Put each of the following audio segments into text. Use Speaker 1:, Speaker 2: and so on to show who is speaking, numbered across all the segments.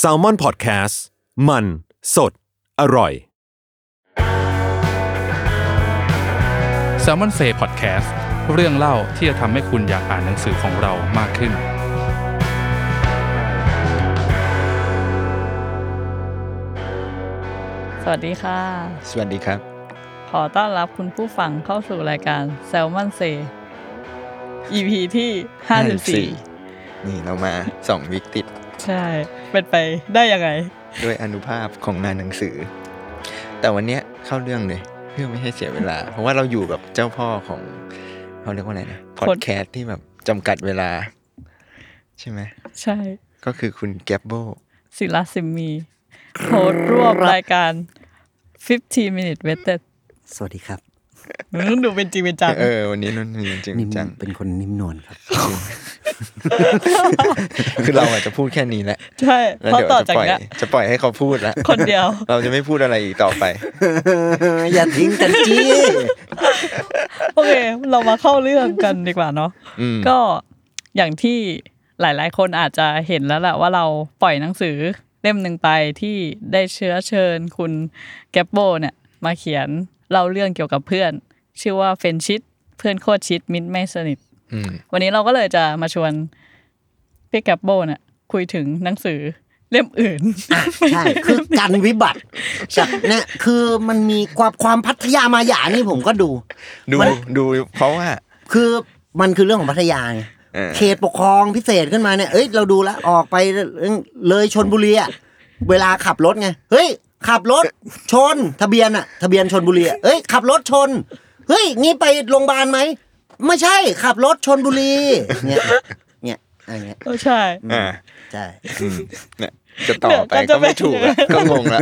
Speaker 1: s a l ม o n PODCAST มันสดอร่อย
Speaker 2: s ซ l m o n s a y Podcast เรื่องเล่าที่จะทำให้คุณอยากอ่านหนังสือของเรามากขึ้น
Speaker 3: สวัสดีค่ะ
Speaker 4: สวัสดีครับ
Speaker 3: ขอต้อนรับคุณผู้ฟังเข้าสู่รายการ s ซ l m o n s a y EP ที่
Speaker 4: 54 นี่เรามา สองวิกติด
Speaker 3: 54 ใช่ เป็นไปได้ยังไง
Speaker 4: ด้วยอนุภาพของงานหนังสือ แต่วันเนี้ยเข้าเรื่องเลยเพื่อไม่ให้เสียเวลา เพราะว่าเราอยู่กับเจ้าพ่อของเขาเรียกว่าอะไรนะพอดแคสต์ที่แบบจำกัดเวลา ใช่ไหม
Speaker 3: ใช่
Speaker 4: ก็คือคุณแกปโบ
Speaker 3: ศิลาสิมมีโพสต์ร่วมรายการ 15 minute waited
Speaker 5: สวัสดีครับ
Speaker 3: อืมดูเป็นจริงเป็นจัง
Speaker 4: เออ วันนี้นุ่นนี่จริง
Speaker 5: นิ่ม
Speaker 4: จัง
Speaker 5: เป็นคนนิ่มนวลครับ
Speaker 4: คือเราอาจจะพูดแค่นี้แหละ
Speaker 3: ใช่
Speaker 4: แล้ว
Speaker 3: เพราะ
Speaker 4: เดี๋ยว
Speaker 3: ต่อ
Speaker 4: จะ
Speaker 3: จาก
Speaker 4: ปล่อย
Speaker 3: เนี้ย
Speaker 4: จะปล่อยให้เขาพูดละ
Speaker 3: คนเดียว
Speaker 4: เราจะไม่พูดอะไรอีกต่อไป
Speaker 5: อย่าทิ้งกันจี้
Speaker 3: โอเค เรามาเข้าเรื่องกันดีกว่าเนาะ
Speaker 4: อืม
Speaker 3: ก็อย่างที่หลาย ๆ คนอาจจะเห็นแล้วแหละว่าเราปล่อยหนังสือเล่มหนึ่งไปที่ได้เชื้อเชิญคุณแกปโบเนี่ย มาเขียนเล่าเรื่องเกี่ยวกับเพื่อน ชื่อว่าเฟนชิดเพื่อนโคตรชิดมิตรไม่สนิท
Speaker 4: อืม
Speaker 3: วันนี้เราก็เลยจะมาชวนพี่แกปโบเนี่ยคุยถึงหนังสือเล่มอื่น
Speaker 5: ใช่คือกันวิบัติจากเนี่ยคือมันมีความความพัทยามาหยานี่ผมก็ดู
Speaker 4: ดู
Speaker 5: มัน
Speaker 4: ดูเพราะว่า
Speaker 5: คือมันคือเรื่องของพัทยาไง
Speaker 4: เออ
Speaker 5: เขตปกครองพิเศษขึ้นมาเนี่ยเอ้ยเราดูแล้วออกไปเลยชนบุรีอะเวลาขับรถไงเฮ้ย ขับรถชนทะเบียนอะทะเบียนชนบุรีอะเอ้ยขับรถชนเฮ้ยงี้ไปโรงพยาบาลไหมไม่ใช่ขับรถชนบุรีเนี่ยเนี่ยอะไรเงี้ย
Speaker 3: ก็ใช่
Speaker 4: อ่า
Speaker 5: ใช่
Speaker 4: อืมเนี่ยจะต่อไป
Speaker 3: เนี่ยก็จะ
Speaker 4: ก็ไม่ถูกอะ
Speaker 3: เป็น
Speaker 4: ก็งงละ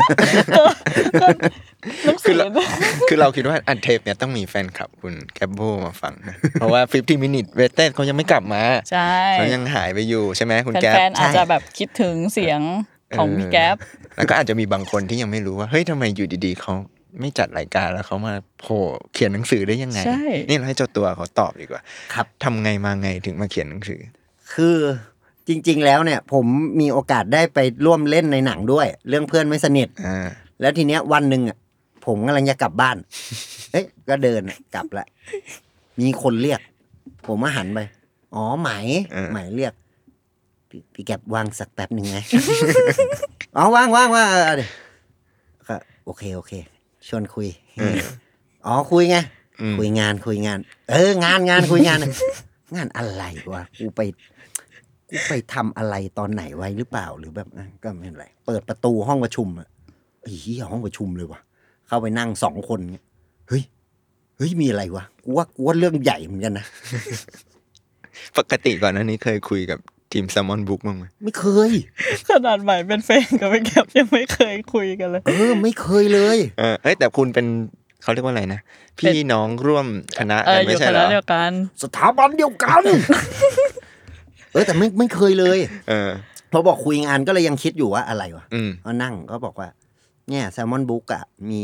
Speaker 3: หนังสือ
Speaker 4: คือเราคิดว่าอันเทปเนี่ยต้องมีแฟนคลับคุณแคปโบมาฟังนะ เพราะว่า 50 minute w a i t e d เขายังไม่กลับมา
Speaker 3: ใช่
Speaker 4: เขายังหายไปอยู่ใช่ไหมคุณแก๊ป
Speaker 3: แฟนๆอาจ
Speaker 5: ใช่
Speaker 3: จะแบบคิดถึงเสียงของพี่แกป
Speaker 4: แล้วก็อาจจะมีบางคนที่ยังไม่รู้ว่า เฮ้ยทำไมอยู่ดีๆเขาไม่จัดรายการแล้วเขามาโผล่เขียนหนังสือได้ยังไง
Speaker 3: ใช่
Speaker 4: นี่เราให้เจ้าตัวเขาตอบดีกว่า
Speaker 5: ครับ
Speaker 4: ทำไงมาไงถึงมาเขียนหนังสือ
Speaker 5: คือจริง ๆ แล้วเนี่ยผมมีโอกาสได้ไปร่วมเล่นในหนังด้วย เรื่องเพื่อนไม่สนิท
Speaker 4: อ่า
Speaker 5: แล้วทีเนี้ยวันหนึ่งอ่ะผมกำลังจะกลับบ้าน เอ้ยก็เดินกลับละมีคนเรียก ผมมาหันไป อ๋อไหม
Speaker 4: เออ
Speaker 5: ไหมเรียกพี่พี่แก็บว่างสักแป๊บหนึ่งไง อ๋อว่างว่างว่างเออเออเดี๋ยวก็โอเคโอเค ชวนคุย อ๋อคุยไง
Speaker 4: อืม
Speaker 5: คุยงานคุยงาน เอองานงานคุยงาน งานอะไรวะกูไปกูไปทำอะไรตอนไหนไว้หรือเปล่าหรือแบบอ่ะก็ไม่เป็นไรเปิดประตูห้องประชุมอะไอ้เหี้ยห้องประชุมเลยวะเข้าไปนั่งสองคนเงี้ยเฮ้ยเฮ้ยมีอะไรวะกูว่ากูว่าเรื่องใหญ่เหมือนกันนะ
Speaker 4: ปกติก่อนหน้านี้เคยคุยกับทีมแซมมอนบุ๊กบ้างไหม
Speaker 5: ไม่เคย
Speaker 3: ขนาดใหม่เป็นแฟนกับพี่แกปยังไม่เคยคุยกันเลย
Speaker 5: เออ ไม่เคยเลย
Speaker 4: เออเอ้ยแต่คุณเป็นเขาเรียกว่าอะไรนะพี่น้องร่วมคณะ
Speaker 3: เอ
Speaker 4: กั
Speaker 3: อน อ
Speaker 4: ไม่
Speaker 3: ยู่
Speaker 4: ใช่
Speaker 3: ค
Speaker 4: เหร
Speaker 3: ณะ
Speaker 4: อ
Speaker 3: เดียวกัน
Speaker 5: สถาบันเดียวกัน เออแต่ไม่ไม่เคยเลย
Speaker 4: เออ
Speaker 5: พอบอกคุยงานก็เลยยังคิดอยู่ว่าอะไรวะ
Speaker 4: อืม
Speaker 5: ก็นั่งก็บอกว่า เนี่ยแซลมอนบุ๊กอะมี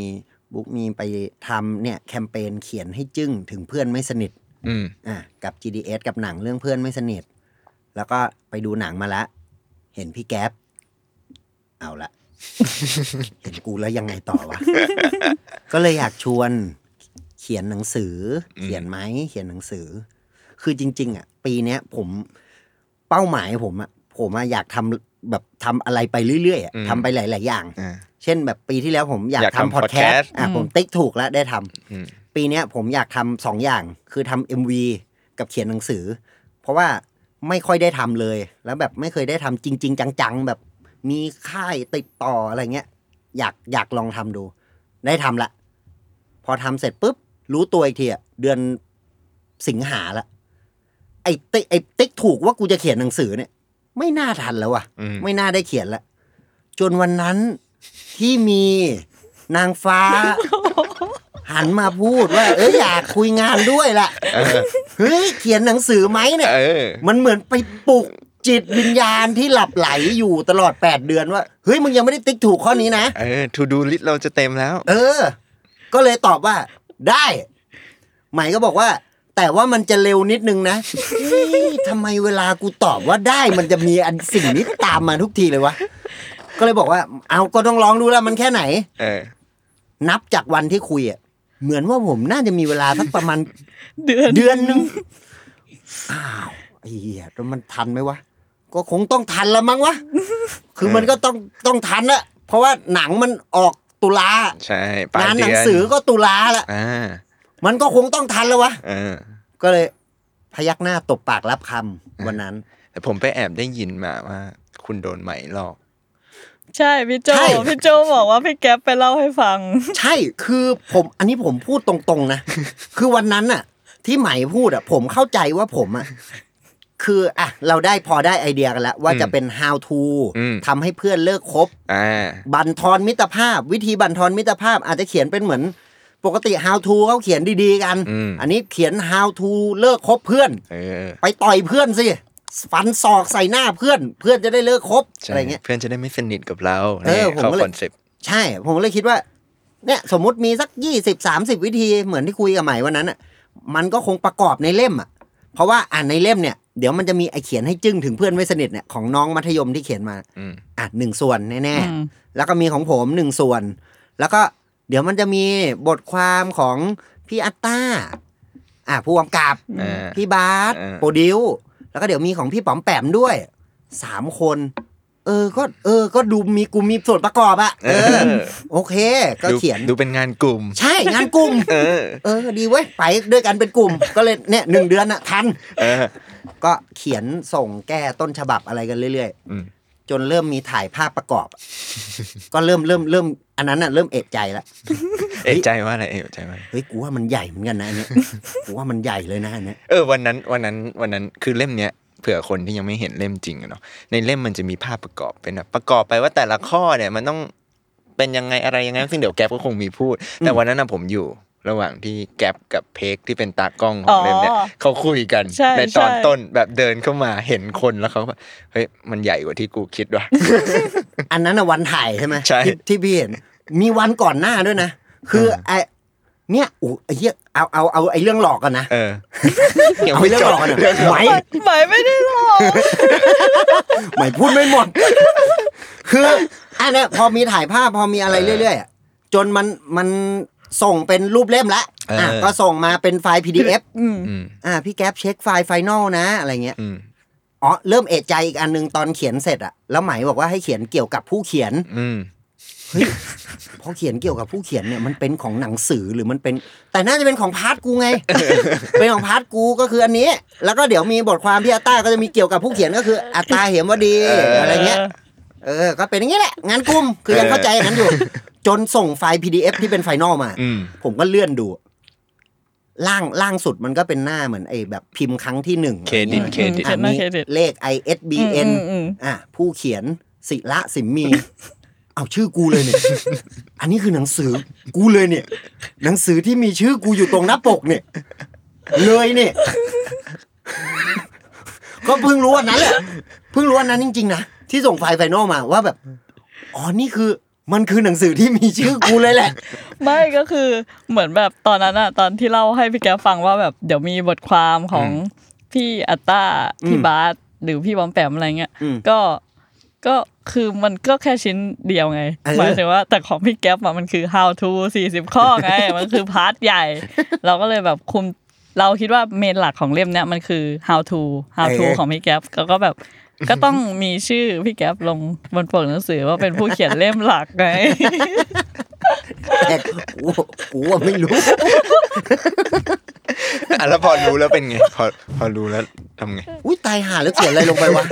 Speaker 5: บุ๊กมีไปทำเนี่ยแคมเปญเขียนให้จึ้งถึงเพื่อนไม่สนิท
Speaker 4: อืม
Speaker 5: อ่ะกับ GDS กับหนังเรื่องเพื่อนไม่สนิท แล้วก็ไปดูหนังมาละ เห็นพี่แก๊ปเอาละ เห็นกูแล้วยังไงต่อวะ ก็เลยอยากชวน เขียนหนังสือ
Speaker 4: อืม
Speaker 5: เขียนไหมเขียนหนังสือ คือจริง ๆ อ่ะ ปีเนี้ยผมเป้าหมายผมอ่ะผมอะอยากทำแบบทำอะไรไปเรื่อยๆอะทำไปหลาย ๆ อย่าง
Speaker 4: อ่า
Speaker 5: เช่นแบบปีที่แล้วผมอยาก
Speaker 4: อยากทำ
Speaker 5: ทำพอดแคส
Speaker 4: podcast
Speaker 5: ต์อ่ะผมติ๊กถูกแล้วได้ท
Speaker 4: อืม
Speaker 5: ำปีเนี้ยผมอยากทำสองอย่าง คือทำเอ็มวีกับเขียนหนังสือ เพราะว่าไม่ค่อยได้ทำเลย แล้วแบบไม่เคยได้ทำจริง ๆ จัง ๆ แบบมีค่ายติดต่ออะไรเงี้ย อยากอยากลองทำดู ได้ทำละ พอทำเสร็จปุ๊บ รู้ตัวอีกทีอะเดือนสิงหาละไอ้ติ๊กไอ้ติ๊กถูกว่ากูจะเขียนหนังสือเนี่ย ไม่น่าทันแล้วอ่ะ
Speaker 4: อืม
Speaker 5: ไม่น่าได้เขียนละ จนวันนั้นที่มีนางฟ้า หันมาพูดว่า เอยอยากคุยงานด้วยล่ะ
Speaker 4: เออ
Speaker 5: เฮ้ยเขียนหนังสือไหมเนี่ย
Speaker 4: เออ
Speaker 5: มันเหมือนไปปลุกจิตวิญญาณที่หลับไหลอยู่ตลอด 8 เดือนว่า เฮ้ยมึงยังไม่ได้ติ๊กถูกข้อนี้นะ
Speaker 4: เออ to do list เราจะเต็มแล้ว
Speaker 5: เออ ก็เลยตอบว่า ได้ ไหมก็บอกว่า แต่ว่ามันจะเร็วนิดนึงนะเฮ้ยทำไมเวลากูตอบว่าได้มันจะมีอันสิ่งนี้ตามมาทุกทีเลยวะ ก็เลยบอกว่า เอาก็ต้องลองดูแล้วมันแค่ไหน
Speaker 4: เออ
Speaker 5: นับจากวันที่คุยอ่ะเหมือนว่าผมน่าจะมีเวลาสักประมาณ
Speaker 3: เดือน
Speaker 5: เดือนหนึงอ้าวไอ้เหี้ยแล้วมันทันไหมวะ ก็คงต้องทันละมั้งวะ คือ
Speaker 4: เออ
Speaker 5: มันก็ต้องต้องทันละเพราะว่าหนังมันออกตุลา
Speaker 4: ใช่ปลาย
Speaker 5: งาน
Speaker 4: เดือ
Speaker 5: หนั
Speaker 4: น
Speaker 5: งสือก็ตุลาละ
Speaker 4: อ่า
Speaker 5: มันก็คงต้องทันแล้ววะ
Speaker 4: เออ
Speaker 5: ก็เลยพยักหน้าตบปากรับคำวันนั้น
Speaker 4: แต่ผมไปแอบได้ยินมาว่า คุณโดนไหมหลอก
Speaker 3: ใช่พี่โจ
Speaker 5: ใช่
Speaker 3: พี่โจบอกว่าพี่แก๊ปไปเล่าให้ฟัง
Speaker 5: ใช่คือผมอันนี้ผมพูดตรง ๆนะ คือวันนั้นน่ะ ที่ไหมพูดอ่ะ ผมเข้าใจว่าผมอ่ะคืออ่ะเราได้พอได้ไอเดียกันแล้ว ว่า
Speaker 4: อืม
Speaker 5: จะเป็น how to
Speaker 4: อืม
Speaker 5: ทำให้เพื่อนเลิกคบ
Speaker 4: อ่า
Speaker 5: บั่นทอนมิตรภาพ วิธีบั่นทอนมิตรภาพ อาจจะเขียนเป็นเหมือน ปกติ how to เขาเขียนดีๆกัน
Speaker 4: อืม
Speaker 5: นนี้เขียน how to เลิกคบเพื่อน
Speaker 4: เออ
Speaker 5: ไปต่อยเพื่อนสิฟันศอกใส่หน้าเพื่อน เพื่อนจะได้เลิกคบ
Speaker 4: ใช่
Speaker 5: อะไรเงี้ย
Speaker 4: เพื่อนจะได้ไม่สนิทกับเรา
Speaker 5: เออผม
Speaker 4: เข้า
Speaker 5: ก็เลย
Speaker 4: คอนเซ็ปต์
Speaker 5: ใช่ ผมเลยคิดว่า เนี่ย สมมติมีสักยี่สิบสามสิบวิธีเหมือนที่คุยกับใหม่วันนั้นอ่ะมันก็คงประกอบในเล่มอ่ะ เพราะว่าอ่านในเล่มเนี่ยเดี๋ยวมันจะมีไอเขียนให้จึ้งถึงเพื่อนไม่สนิทเนี่ยของน้องมัธยมที่เขียนมา
Speaker 4: อืม
Speaker 5: อ่ะหนึ่งส่วนแน่
Speaker 3: อืม
Speaker 5: ๆ แล้วก็มีของผมหนึ่งส่วน แล้วก็เดี๋ยวมันจะมีบทความของพี่อัตตาอ่ะผู้กำกับ
Speaker 4: อ่า
Speaker 5: พี่บาส
Speaker 4: อ่า
Speaker 5: โปรดิวแล้วก็เดี๋ยวมีของพี่ป๋อมแปมด้วยสามคน เออก็เออ ก็ดูมีกูมีส่วนประกอบอะเออ โอเค ก็
Speaker 4: ดู
Speaker 5: เขียน
Speaker 4: ดูเป็นงานกลุ่ม
Speaker 5: ใช่ งานกลุ่ม
Speaker 4: เออ
Speaker 5: เออ ดีเว้ย ไปด้วยกันเป็นกลุ่ม ก็เลยเนี่ยหนึ่งเดือนอะทัน
Speaker 4: เออ
Speaker 5: ก็เขียนส่งแก้ต้นฉบับอะไรกันเรื่อย
Speaker 4: อืม
Speaker 5: ๆ จนเริ่มมีถ่ายภาพประกอบ ก็เริ่มเริ่มเริ่มอันนั้นน่ะเริ่มเอกใจแล้ว
Speaker 4: เอกใจว่าอะไรเอกใจว่าอะไร
Speaker 5: เฮ้ยกูว่ามันใหญ่เหมือนกันนะอันเนี้ยกูว่ามันใหญ่เลยนะอันเนี้ย
Speaker 4: เออวันนั้นวันนั้นวันนั้นคือเล่มเนี้ยเผื่อคนที่ยังไม่เห็นเล่มจริงอะเนาะในเล่มมันจะมีภาพประกอบเป็นแบบประกอบไปว่าแต่ละข้อเนี่ยมันต้องเป็นยังไงอะไรยังไงซึ่งเดี๋ยวแก๊ปก็คงมีพูด แต่วันนั้นนะผมอยู่ระหว่างที่แก๊ปกับเพกที่เป็นตากล้องของเล่มเนี่ย
Speaker 3: อ๋อ
Speaker 4: เขาคุยกัน
Speaker 3: ใช่
Speaker 4: ตอน
Speaker 3: ใช่
Speaker 4: ต้นแบบเดินเข้ามาเห็นคนแล้วเขาก็เฮ้ยมันใหญ่กว่าที่กูคิด ว่ะ
Speaker 5: อันนั้นน่ะวันถ่ายใช่ไหม
Speaker 4: ใช่
Speaker 5: ที่ที่พี่เห็น มีวันก่อนหน้าด้วยนะ คือไอเนี่ยอู้ไอ้เหี้ยเอาเอาเอาไอ้เรื่องหลอกกันนะ
Speaker 4: เออ
Speaker 5: เอาเรื่องหลอกกันนะไหม
Speaker 3: หมายไม่ได้หรอก
Speaker 5: หมายพูดไม่หม ด คืออันเนี้ยพอมีถ่ายภาพพอมีอะไรเรื่อยๆอะจนมันมันส่งเป็นรูปเล่มละอ่ะก็ส่งมาเป็นไฟล์ PDF
Speaker 3: อืม
Speaker 4: อืม
Speaker 5: อ่าพี่แก๊ปเช็คไฟล์ไฟนอลนะ อะไรเงี้ย
Speaker 4: อืม
Speaker 5: อ๋อเริ่มเอะใจอีกอันหนึงตอนเขียนเสร็จอะแล้วไหมบอกว่าให้เขียนเกี่ยวกับผู้เขียน
Speaker 4: อืม
Speaker 5: พอเขียนเกี่ยวกับผู้เขียนเนี่ยมันเป็นของหนังสือหรือมันเป็น แต่น่าจะเป็นของพาร์ทกูไง เป็นของพาร์ทกูก็คืออันนี้ แล้วก็เดี๋ยวมีบทความพี่อาต้าก็จะมีเกี่ยวกับผู้เขียนก็คืออัตตาเหมวดีอะไรเงี้ย เออ ก็เป็นอย่างนี้แหละ งานกลุ่มคือยังเข้าใจอย่างนั้นอยู่ จนส่งไฟล์ PDF ที่เป็นไฟนอลมา
Speaker 4: อืม
Speaker 5: ผมก็เลื่อนดู ล่างล่างสุดมันก็เป็นหน้าเหมือนไอ้แบบพิมพ์ครั้งที่หนึ่ง
Speaker 4: เครดิตเครดิต
Speaker 5: อ่ะ
Speaker 3: เขียนหน้า
Speaker 5: มี
Speaker 3: เครดิต
Speaker 5: เลข ISBN
Speaker 3: อืมอืมอืม
Speaker 5: อ่ะผู้เขียนศิละสิมมี เอาชื่อกูเลยเนี่ย อันนี้คือหนังสือกูเลยเนี่ย หนังสือที่มีชื่อกูอยู่ตรงหน้าปกเนี่ย เลย เนี่ย ก็เพิ่งรู้วันนั้นแหละ เพิ่งรู้วันนั้นจริง ๆ นะ ที่ส่งไฟล์ไฟนอลมาว่าแบบ อ๋อ นี่คือ มันคือหนังสือที่มีชื่อกูเลยแห ละ
Speaker 3: ไม่ก็คือเหมือนแบบตอนนั้นอะตอนที่เล่าให้พี่แกปฟังว่าแบบเดี๋ยวมีบทความของพี่อัตตา
Speaker 5: อืม
Speaker 3: พี่บาสหรือพี่บอมแปมอะไรเงี้ย
Speaker 5: อืม
Speaker 3: ก็ก็คือมันก็แค่ชิ้นเดียวไง
Speaker 5: เออ
Speaker 3: หมายถึงว่าแต่ของพี่แก๊ปอะมันคือ how to 40 ข้อ ไง มันคือพาร์ทใหญ่ เราก็เลยแบบคุมเราคิดว่าเมนหลักของเล่มเนี้ยมันคือ how to how to ของพี่แก๊ปก็ก็แบบ ก็ต้องมีชื่อพี่แก๊ปลงบนปกหนังสือว่าเป็นผู้เขียนเล่มหลักไง
Speaker 5: แต่กูกูว่าไม่รู้
Speaker 4: อ่ะแล้วพอรู้แล้วเป็นไง พอพอรู้แล้วทำไง
Speaker 5: อุ้ยตายห่าแล้วเขียนอะไรลงไปวะ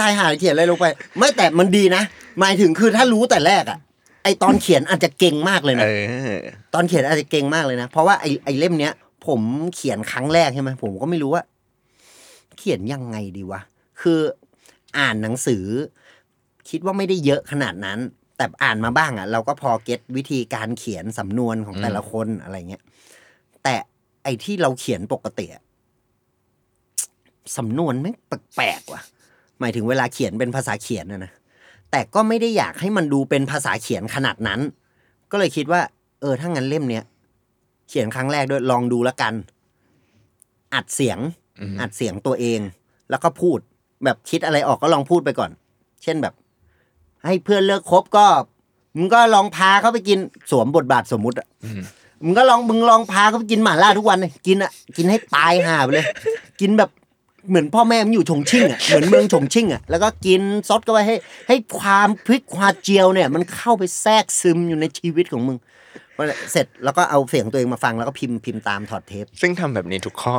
Speaker 5: ตายห่าแล้วเขียนอะไรลงไป ไม่แต่มันดีนะ หมายถึงคือถ้ารู้แต่แรกอะไอตอนเขียนอาจจะเก่งมากเลย
Speaker 4: เอ
Speaker 5: นะ
Speaker 4: อ
Speaker 5: ตอนเขียนอาจจะเก่งมากเลยนะ เพราะว่าไอไอเล่มเนี้ย ผมเขียนครั้งแรกใช่ไหมผมก็ไม่รู้ว่า เขียนยังไงดีวะ คืออ่านหนังสือ คิดว่าไม่ได้เยอะขนาดนั้น แต่อ่านมาบ้างอะเราก็พอเก็ตวิธีการเขียนสำนวนของแต่ละคนอะไรเงี้ยแต่ไอที่เราเขียนปกติอะสำนวนแม่งแปลกๆว่ะ หมายถึงเวลาเขียนเป็นภาษาเขียนนะนะแต่ก็ไม่ได้อยากให้มันดูเป็นภาษาเขียนขนาดนั้น ก็เลยคิดว่า เออถ้างั้นเล่มเนี้ย เขียนครั้งแรกด้วยลองดูแล้วกัน อัดเสียง
Speaker 4: อืม
Speaker 5: อัดเสียงตัวเอง แล้วก็พูดแบบคิดอะไรออกก็ลองพูดไปก่อน เช่นแบบ ให้เพื่อนเลิกคบก็มึงก็ลองพาเขาไปกินสวมบทบาทสมมุติอะมึงก็ลองมึงลองพาเขาไปกินหม่าล่าทุกวันเลยกินอะกินให้ตายห่าไปเลย กินแบบเหมือนพ่อแม่มึงอยู่ชงชิ่งอะเหมือนเมืองชงชิ่งอะแล้วก็กินซดเข้าไปให้ ให้ความพริกความเจียวเนี่ย มันเข้าไปแทรกซึมอยู่ในชีวิตของมึงเสร็จแล้วก็เอาเสียงตัวเองมาฟังแล้วก็พิมพ์พิมพ์ตามถอดเทป
Speaker 4: ซึ่งทำแบบนี้ทุกข้อ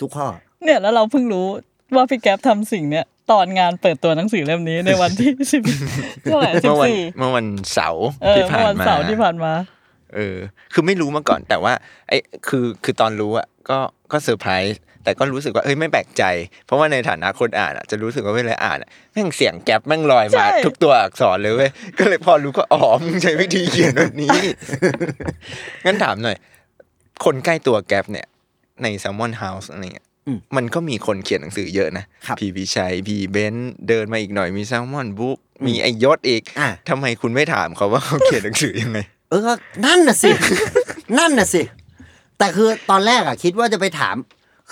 Speaker 5: ทุกข้อ
Speaker 3: เนี่ยแล้วเราเพิ่งรู้ว่าพี่แก๊ปทำสิ่งเนี้ยตอนงานเปิดตัวหนังสือเล่มนี้ในวันที่ สิบเท่าไหร่สิ
Speaker 4: เมื่
Speaker 3: บ
Speaker 4: อวัน
Speaker 3: สี่
Speaker 4: เมื่อวันเสาร์
Speaker 3: เออ
Speaker 4: ที่
Speaker 3: เมื่
Speaker 4: ผ่า
Speaker 3: อน วัน
Speaker 4: มา
Speaker 3: เสาร์ที่ผ่านมา
Speaker 4: เออ คือไม่รู้มาก่อนแต่ว่าไอ้คือคือตอนรู้อ่ะก็ก็เซอร์ไพรส์แต่ก็รู้สึกว่าเอ้ยไม่แปลกใจ เพราะว่าในฐานะคนอ่านอะจะรู้สึกว่าเวลาอ่านอะแม่งเสียงแก๊ปแม่งลอยมา
Speaker 3: ใช่
Speaker 4: ทุกตัวอักษรเลยเว้ยก็เลยพอรู้ก็อ๋อมึงใช้วิธีเขียนแบบนี้ งั้นถามหน่อย คนใกล้ตัวแก๊ปเนี่ย ในแซลมอนเฮาส์อะไรเงี้ย
Speaker 5: อืม
Speaker 4: มันก็มีคนเขียนหนังสือเยอะนะครับ พี่วิชัยพี่เบนซ์เดินมาอีกหน่อยมีแซลมอนบุ๊กมีไอยศอีก
Speaker 5: อ่ะ
Speaker 4: ทำไมคุณไม่ถามเขาว่าเขาเขียนหนังสือยังไง
Speaker 5: เออก็นั่นน่ะสิ นั่นน่ะสิ แต่คือตอนแรกอะคิดว่าจะไปถาม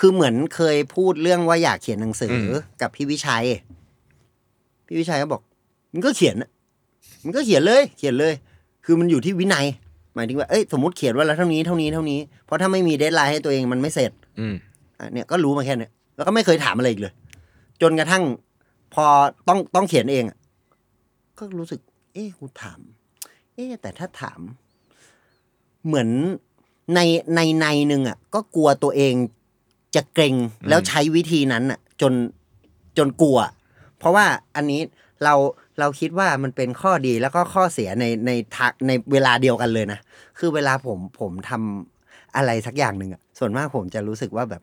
Speaker 5: คือเหมือนเคยพูดเรื่องว่าอยากเขียนหนังสือ
Speaker 4: ม
Speaker 5: อกับพี่วิชัย พี่วิชัยก็บอกมันก็เขียนอะมันก็เขียนเลย เขียนเลย คือมันอยู่ที่วินัย หมายถึงว่า เอ้ยสมมติเขียนว่าละเท่านี้เท่านี้เท่านี้ เพราะถ้าไม่มีเดทไลน์ให้ตัวเองมันไม่เสร็จ
Speaker 4: อืม
Speaker 5: อ่ะเนี่ยก็รู้มาแค่เนี้ยแล้วก็ไม่เคยถามอะไรอีกเลย จนกระทั่ง พอต้องต้องเขียนเองอ่ะก็รู้สึก เอ๊ะกูถาม เอ๊ะแต่ถ้าถาม เหมือนในในในหนึ่งอ่ะ ก็กลัวตัวเองจะเกรงแล้วใช้วิธีนั้นอ่ะ จนจนกลัว เพราะว่าอันนี้เราเราคิดว่ามันเป็นข้อดีแล้วก็ข้อเสียในในทะในเวลาเดียวกันเลยนะคือเวลาผมผมทำอะไรสักอย่างหนึ่งอ่ะส่วนมากผมจะรู้สึกว่าแบบ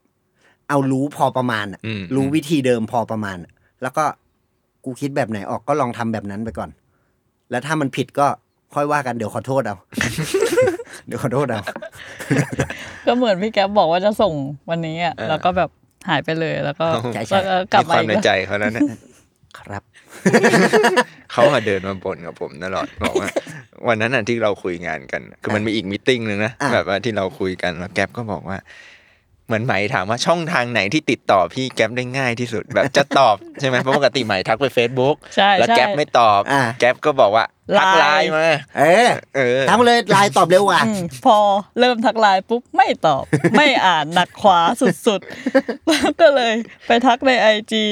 Speaker 5: เอารู้พอประมาณอ่ะ
Speaker 4: อืม
Speaker 5: รู้วิธีเดิมพอประมาณอะแล้วก็กูคิดแบบไหนออกก็ลองทำแบบนั้นไปก่อน แล้วถ้ามันผิดก็ค่อยว่ากันเดี๋ยวขอโทษเอา เดี๋ยวขอโทษเอา
Speaker 3: ก็เหมือนพี่แก๊ปบอกว่าจะส่งวันนี้อ่ะ
Speaker 4: เออ
Speaker 3: แล้วก็แบบหายไปเลยแล้วก็
Speaker 5: ใช่ใช่
Speaker 3: แล้วก็กลั
Speaker 4: มี
Speaker 3: บมาว
Speaker 4: คาม
Speaker 3: อีก
Speaker 4: ใน
Speaker 3: แล้ว
Speaker 4: ใจเขาแล้วเนี่ย
Speaker 5: ครับ
Speaker 4: เขาอะเดินมาบ่นกับผมตลอดบอกว่าวันนั้นน่ะที่เราคุยงานกัน คือมันมีอีกมิทติ้งหนึ่งนะ
Speaker 5: อ่ะ
Speaker 4: แบบว่าที่เราคุยกันแล้วแก๊ปก็บอกว่า เหมือนไหมถามว่าช่องทางไหนที่ติดต่อพี่แก๊ปได้ง่ายที่สุด แบบจะตอบใช่ไหมเพราะปกติไหมทักไป Facebook
Speaker 3: ใช่
Speaker 4: แล้ว
Speaker 3: ใช่
Speaker 4: แก๊ปไม่ตอบ
Speaker 5: อ่ะ
Speaker 4: แก๊ปก็บอกว่าทักไล
Speaker 3: ไลน์
Speaker 4: น์มา
Speaker 5: เออ
Speaker 4: เออ
Speaker 5: ทำเลยไลน์ตอบเร็วกว่า
Speaker 3: อืมพอเริ่มทักไลน์ปุ๊บไม่ตอบ ไม่อ่านหนักขวาสุดๆ แล้วก็เลยไปทักในไอจี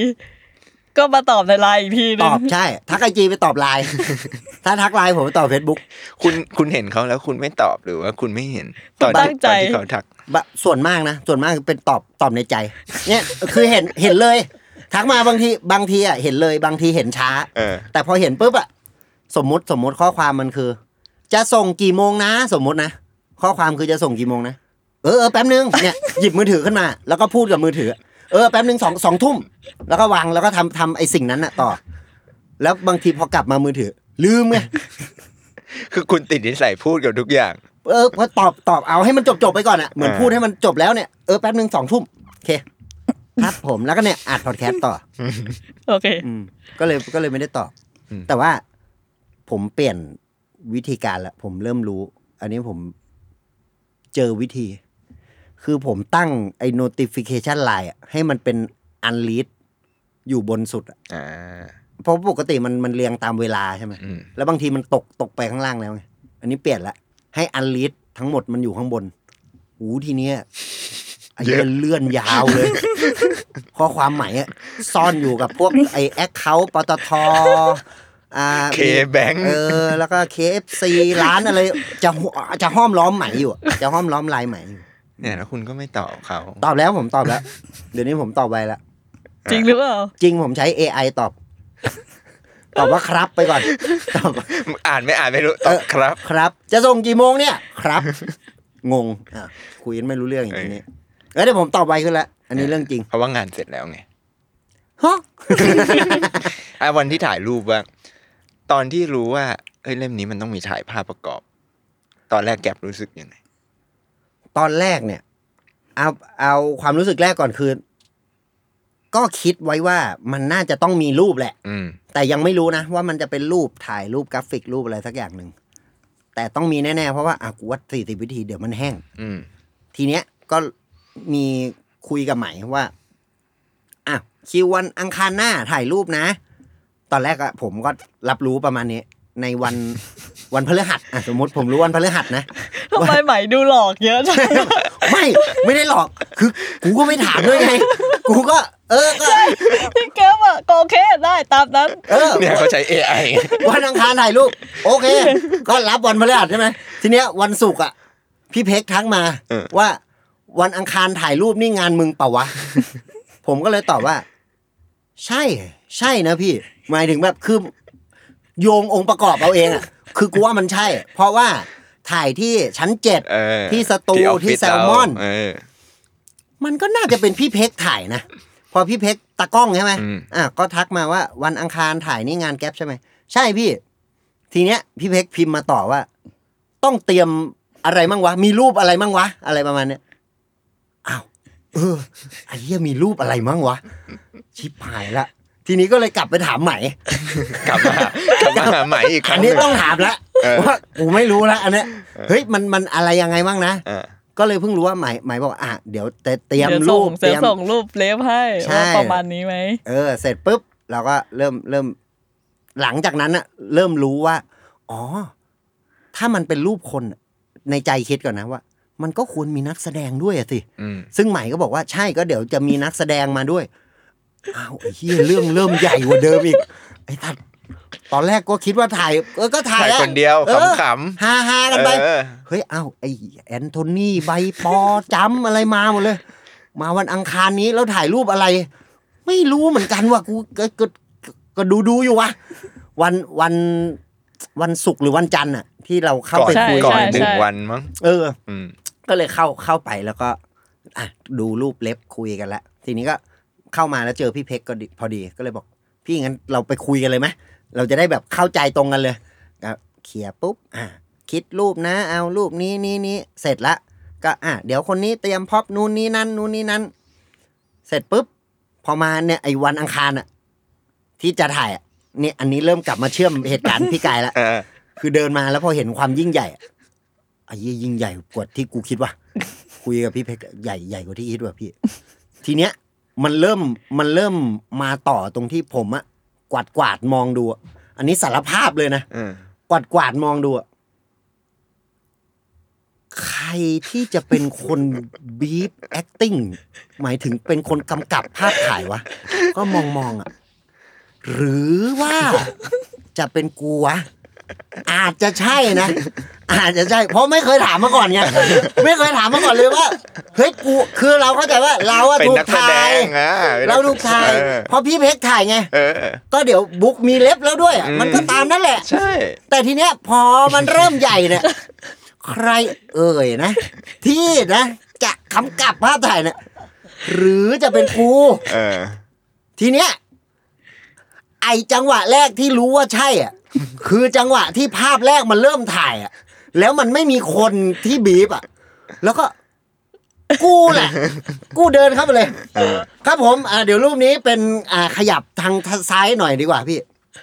Speaker 3: ก็มาตอบในไลน์อีกทีนึ
Speaker 5: ต
Speaker 3: ง
Speaker 5: อบใช่ ทักไอจีไปตอบไลน์ ถ้าทักไลน์ผมไปตอบเฟซบุ๊ก
Speaker 4: คุณคุณเห็นเขาแล้วคุณไม่ตอบหรือว่าคุณไม่เห็นตอน
Speaker 3: ตั้
Speaker 4: ที่
Speaker 3: งใจ
Speaker 4: ตอนที่เขาทัก
Speaker 5: ส่วนมากนะ ส่วนมากเป็นตอบตอบในใจ เนี่ยคือเห็นเห็นเลย ทักมาบางทีบางทีอ่ะเห็นเลยบางทีเห็นช้า
Speaker 4: เออ
Speaker 5: แต่พอเห็นปุ๊บอ่ะสมมติสมมติข้อความมันคือ จะส่งกี่โมงนะ สมมตินะ ข้อความคือจะส่งกี่โมงนะเออเออแป๊บนึงเนี่ยหยิบมือถือขึ้นมา แล้วก็พูดกับมือถือ เออแป๊บนึงสองสองทุ่ม แล้วก็วางแล้วก็ทำทำไอสิ่งนั้นอ่ะต่อ แล้วบางทีพอกลับมามือถือ ลืมไง
Speaker 4: คือคุณติดนิสัยพูดกับทุกอย่าง
Speaker 5: เออพอตอบตอบเอาให้มันจบจบไปก่อนอ่ะเหมือน
Speaker 4: เออ
Speaker 5: พูดให้มันจบแล้วเนี่ยเออแป๊บนึงสองทุ่มโอเค ครับผมแล้วก็เนี่ยอัดพอดแคสต์ต่อ
Speaker 3: โอเค
Speaker 5: อืมก็เลยก็เลยไม่ได้ตอบ
Speaker 4: อืม
Speaker 5: แต่ว่าผมเปลี่ยนวิธีการละผมเริ่มรู้ อันนี้ผมเจอวิธี คือผมตั้งไอ้ notification line อะให้มันเป็น unread อยู่บนสุดอะ
Speaker 4: อ่า
Speaker 5: เพราะปกติมันมันเรียงตามเวลาใช่ไหม
Speaker 4: อืม
Speaker 5: แล้วบางทีมันตกตกไปข้างล่างแล้วไง อันนี้เปลี่ยนละ ให้อันลิสทั้งหมดมันอยู่ข้างบนหูทีเนี้ยไอ้
Speaker 4: เยอะ
Speaker 5: เป็นเลื่อนยาวเลย ข้อความหมายอะซ่อนอยู่กับพ วกไอ้แอคเคาท์ปตทอ่า
Speaker 4: เค
Speaker 5: มี
Speaker 4: แบง
Speaker 5: เออ แล้วก็ KFC ร้านอะไร จะหัวจะห้อมล้อมไหมอยู่อะจะห้อมล้อมลายไหมอยู่
Speaker 4: เนี่ยแล้วคุณก็ไม่ตอบเขา
Speaker 5: ตอบแล้วผมตอบแล้ว เดี๋ยวนี้ผมตอบไปแล้ว
Speaker 3: จริงหรือเปล่า
Speaker 5: จริงผมใช้ AI ตอบ ตอบว่าครับไปก่อนตอบ
Speaker 4: อ่านไม่อ่านไม่รู้ตอบครับ
Speaker 5: ครับ จะส่งกี่โมงเนี่ย ครับ งงอ่ะคุยกันไม่รู้เรื่องอย่างนี้เอ้ยเดี๋ยวผมตอบไวขึ้นละอันนี้เรื่องจริง
Speaker 4: เพราะว่างานเสร็จแล้วไง
Speaker 5: ฮะ
Speaker 4: อ่ะวันที่ถ่ายรูปบ้างตอนที่รู้ว่าเอ้ยเล่มนี้มันต้องมีถ่ายภาพประกอบ ตอนแรกแกบรู้สึกยังไง
Speaker 5: ตอนแรกเนี่ย เอาเอาความรู้สึกแรกก่อนคือ ก็คิดไว้ว่ามันน่าจะต้องมีรูปแหละ
Speaker 4: อืม
Speaker 5: แต่ยังไม่รู้นะ ว่ามันจะเป็นรูปถ่ายรูปกราฟิกรูปอะไรสักอย่างหนึ่งแต่ต้องมีแน่ๆเพราะว่าอ่ะกูวัดสี่สิบวิธีเดี๋ยวมันแห้ง
Speaker 4: อืม
Speaker 5: ทีเนี้ยก็มี คุยกับไหมว่าอ่ะคิววันอังคารหน้าถ่ายรูปนะ ตอนแรกอะผมก็รับรู้ประมาณนี้ ในวัน วันพฤหัสอ่ะสมมติผมรู้วันพฤหัสนะ
Speaker 3: ทำไมไหมดูหลอกเยอะจัง
Speaker 5: ไม่ไม่ได้หรอกคือกูก็ไม่ถามด้วยไง กูก็ เออก็
Speaker 3: พี่แก๊ปอะก็โอเคได้ตามนั้น
Speaker 5: เออ
Speaker 4: เนี่ยเขาใช้ AI
Speaker 5: วันอังคารถ่ายรูปโอเค ก็รับวันพฤหัสใช่ไหมทีเนี้ยวันศุกร์อ่ะ พี่เพ็กทักมา
Speaker 4: เออ
Speaker 5: ว่าวันอังคารถ่ายรูปนี่งานมึงเปล่าวะ ผมก็เลยตอบว่า ใช่ ใช่นะพี่ หมายถึงแบบคือโยงองค์ประกอบเอาเองอ่ะ คือกูว่ามันใช่ เพราะว่าถ่ายที่ชั้นเจ็ด
Speaker 4: เออ
Speaker 5: ที่สตู
Speaker 4: ออฟฟิศ
Speaker 5: ที่แซลมอน
Speaker 4: เราเออ
Speaker 5: มันก็น่าจะเป็นพี่เพ็กถ่ายนะ พอพี่เพ็กตากล้องใช่ไหม
Speaker 4: อืม
Speaker 5: อ่ะก็ทักมาว่าวันอังคารถ่ายนี่งานแก๊ปใช่ไหม ใช่พี่ ทีเนี้ย พี่เพ็กพิมพ์มาต่อว่า ต้องเตรียมอะไรมั่งวะ มีรูปอะไรมั่งวะ อะไรประมาณเนี้ยอ้าวเออไอ้เหี้ยมีรูปอะไรมั่งวะ ชิบหายละ ทีนี้ก็เลยกลับไปถามใหม่
Speaker 4: กลับมา กลับมาหาใหม่อีกค
Speaker 5: อั
Speaker 4: รั้
Speaker 5: น
Speaker 4: ง
Speaker 5: นี้
Speaker 4: ห
Speaker 5: ต้
Speaker 4: นึ่
Speaker 5: อง
Speaker 4: ง
Speaker 5: ถามละ
Speaker 4: เออ
Speaker 5: ว่ากูไม่รู้ละอันเนี้ยเฮ้ยมันมันอะไรยังไงมั่งนะ
Speaker 4: เออ
Speaker 5: ก็เลยเพิ่งรู้ว่าใหม่ใหม่บอกอ่ะเดี๋ยวแต่เตรียม
Speaker 3: เดี๋ยว
Speaker 5: รู
Speaker 3: ส่ง
Speaker 5: ป
Speaker 3: เดี๋ยว
Speaker 5: เตรียม
Speaker 3: ส่งรูปเลฟให้
Speaker 5: ใช่
Speaker 3: ว่าประมาณนี้ไหม
Speaker 5: เออเสร็จปุ๊บเราก็เริ่มเริ่ม หลังจากนั้นอะเริ่มรู้ว่า อ๋อ ถ้ามันเป็นรูปคนอะในใจคิดก่อนนะว่า มันก็ควรมีนักแสดงด้วยอะสิ
Speaker 4: อืม
Speaker 5: ซึ่งใหม่ก็บอกว่าใช่ก็เดี๋ยวจะมีนักแสดงมาด้วยอ้าวไอ้เฮียเรื่องเริ่มใหญ่กว่าเดิมอีก ไอ้ทัดตอนแรกก็คิดว่าถ่าย เออก็ถ่าย
Speaker 4: ถ่าย
Speaker 5: อะ
Speaker 4: คนเดียว
Speaker 5: เออ
Speaker 4: ขำ
Speaker 5: ฮาฮา
Speaker 4: ๆ
Speaker 5: กันไป
Speaker 4: เออ
Speaker 5: เฮ้ย เอ้า ไอแอนโทนีใบปอ จำอะไรมาหมดเลย มาวันอังคารนี้แล้วถ่ายรูปอะไร ไม่รู้เหมือนกันว่ะกูก็ก็ก็ก็ดูดูอยู่วะวันวันวันศุกร์หรือวันจันทร์อะที่เราเข้าไป
Speaker 3: ใช่
Speaker 5: คุย
Speaker 4: ก่
Speaker 5: ก่
Speaker 4: อ
Speaker 5: อนน
Speaker 4: หนึ่
Speaker 3: ใช่
Speaker 4: งวันมั้ง
Speaker 5: เออ
Speaker 4: อืม
Speaker 5: ก็เลยเข้าเข้าไปแล้วก็อ่ะดูรูปเล็บคุยกันละทีนี้ก็เข้ามาแล้วเจอพี่เพ็กก็ดีพอดีก็เลยบอก พี่งั้นเราไปคุยกันเลยไหมเราจะได้แบบเข้าใจตรงกันเลยก็เคลียร์ปุ๊บอ่ะคิดรูปนะ เอารูปนี้นี้นี้เสร็จละก็อ่ะเดี๋ยวคนนี้เตรียมพร็อพนู่นนี้นั่นนู่นนี้นั่นเสร็จปุ๊บพอมาเนี่ยไอ้วันอังคารอะที่จะถ่ายอะเนี่ยอันนี้เริ่มกลับมาเชื่อมเหตุการณ์พี่กายละ
Speaker 4: เออ
Speaker 5: คือเดินมาแล้วพอเห็นความยิ่งใหญ่อะไอ้เหี้ยยิ่งใหญ่กว่าที่กูคิดว่า คุยกับพี่เพชรใหญ่ใหญ่กว่าที่คิดว่ะพี่ ทีเนี้ย มันเริ่มมันเริ่มมาต่อตรงที่ผมอะกวาดกวาดๆมองดูอะอันนี้สารภาพเลยนะ
Speaker 4: เออ
Speaker 5: กวาดกวาดๆมองดูอะใครที่จะเป็นคนบีบ acting หมายถึงเป็นคนกำกับภาพถ่ายวะ ก็มองมองๆอะหรือว่าจะเป็นกูวะ อาจจะใช่นะ อาจจะใช่ เพราะไม่เคยถามมาก่อนไงไม่เคยถามมาก่อนเลยว่าเฮ้ยกูคือเราเข้าใจว่าเราอะ
Speaker 4: เป็น
Speaker 5: ถูก
Speaker 4: นักแส
Speaker 5: ถ่า
Speaker 4: ด
Speaker 5: ย
Speaker 4: งอ่ะป็นนัก
Speaker 5: เราถูกถ่าย
Speaker 4: เออ
Speaker 5: เพราะพี่เพชรถ่ายไง
Speaker 4: เออ
Speaker 5: ก็เดี๋ยวบุ๊กมีเล็บแล้วด้วยอะ
Speaker 4: อืม
Speaker 5: มันก็ตามนั่นแหละ
Speaker 4: ใช่
Speaker 5: แต่ทีเนี้ยพอมันเริ่มใหญ่เนี่ย ใครเอ่ยนะ ที่นะ จะคำกับภาพถ่ายเนี่ยหรือจะเป็นกู
Speaker 4: เออ
Speaker 5: ทีเนี้ยไอจังหวะแรกที่รู้ว่าใช่อ่ะ คือจังหวะที่ภาพแรกมันเริ่มถ่ายอ่ะ แล้วมันไม่มีคนที่บีบอ่ะ แล้วก็ กูแหละ กูเดินเข้าไปเลย ครับผมอ่าเดี๋ยวรูปนี้เป็นอ่าขยับทางซ้ายหน่อยดีกว่าพี่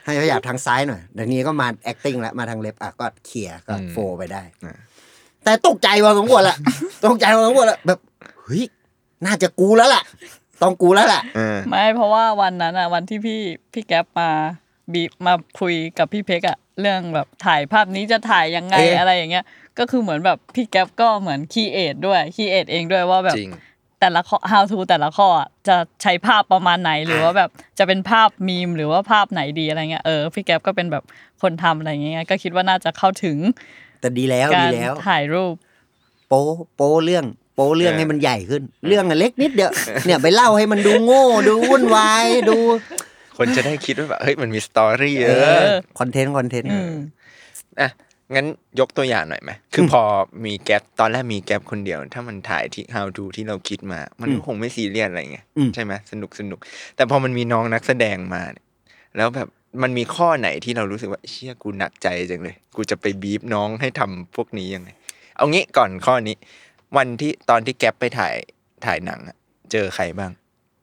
Speaker 5: ให้ขยับทางซ้ายหน่อยเดี๋ยวนี้ก็มา acting แล้วมาทางเล็บอ่ะก็เคลียร์ก็
Speaker 4: อืม
Speaker 5: โฟไปได้
Speaker 4: อ่า
Speaker 5: แต่ตกใจพอสมควรแหละ ตกใจพอสมควรแหละแบบเฮ้ยน่าจะกูแล้วล่ะ ต้องกูแล้วล่ะ
Speaker 4: เออ
Speaker 3: ไม่เพราะว่าวันนั้นอะวันที่พี่พี่แก๊ปมาบีมาคุยกับพี่เพ็กอะเรื่องแบบถ่ายภาพนี้จะถ่ายยังไง
Speaker 4: เอ๊ะ
Speaker 3: อะไรอย่างเงี้ย ก็คือเหมือนแบบพี่แก๊ปก็เหมือนคีเอทด้วยคีเอทเองด้วยว่าแบบ
Speaker 4: จริง
Speaker 3: แต่ละข้อ how to แต่ละข้ออะจะใช้ภาพประมาณไหนหรือว่าแบบจะเป็นภาพมีมหรือว่าภาพไหนดีอะไรเงี้ยเออพี่แก๊ปก็เป็นแบบคนทำอะไรเงี้ยก็คิดว่าน่าจะเข้าถึง
Speaker 5: แต่ดีแล้ว
Speaker 3: กา
Speaker 5: ดี
Speaker 3: ร
Speaker 5: แล้ว
Speaker 3: ถ่ายรูป
Speaker 5: โป้โป้เรื่องโป้เรื่อง
Speaker 4: เออ
Speaker 5: ให้มันใหญ่ขึ้น เรื่องอะเล็กนิดเดียว เนี่ยไปเล่าให้มันดูโง่ดูวุ่นวายดู
Speaker 4: คนจะได้คิดว่าแบบเฮ้ยมันมีสตอรี่เอ
Speaker 5: เอ
Speaker 4: อ
Speaker 5: อคอนเทนต์คอนเทนต์
Speaker 3: อืม
Speaker 4: อ่ะ งั้นยกตัวอย่างหน่อยไหม คือพอมีแก๊ปตอนแรกมีแก๊ปคนเดียว ถ้ามันถ่ายที่ how to ที่เราคิดมา มันก็คงไม่ซีเรียสอะไรไงใช่ไหมสนุกสนุก แต่พอมันมีน้องนักแสดงมาเนี่ยแล้วแบบมันมีข้อไหนที่เรารู้สึกว่าเชี่ยกูหนักใจจังเลย กูจะไปบีบน้องให้ทำพวกนี้ยังไง เอางี้ก่อนข้อนี้ วันที่ตอนที่แก๊ปไปถ่ายถ่ายหนังอะเจอใครบ้าง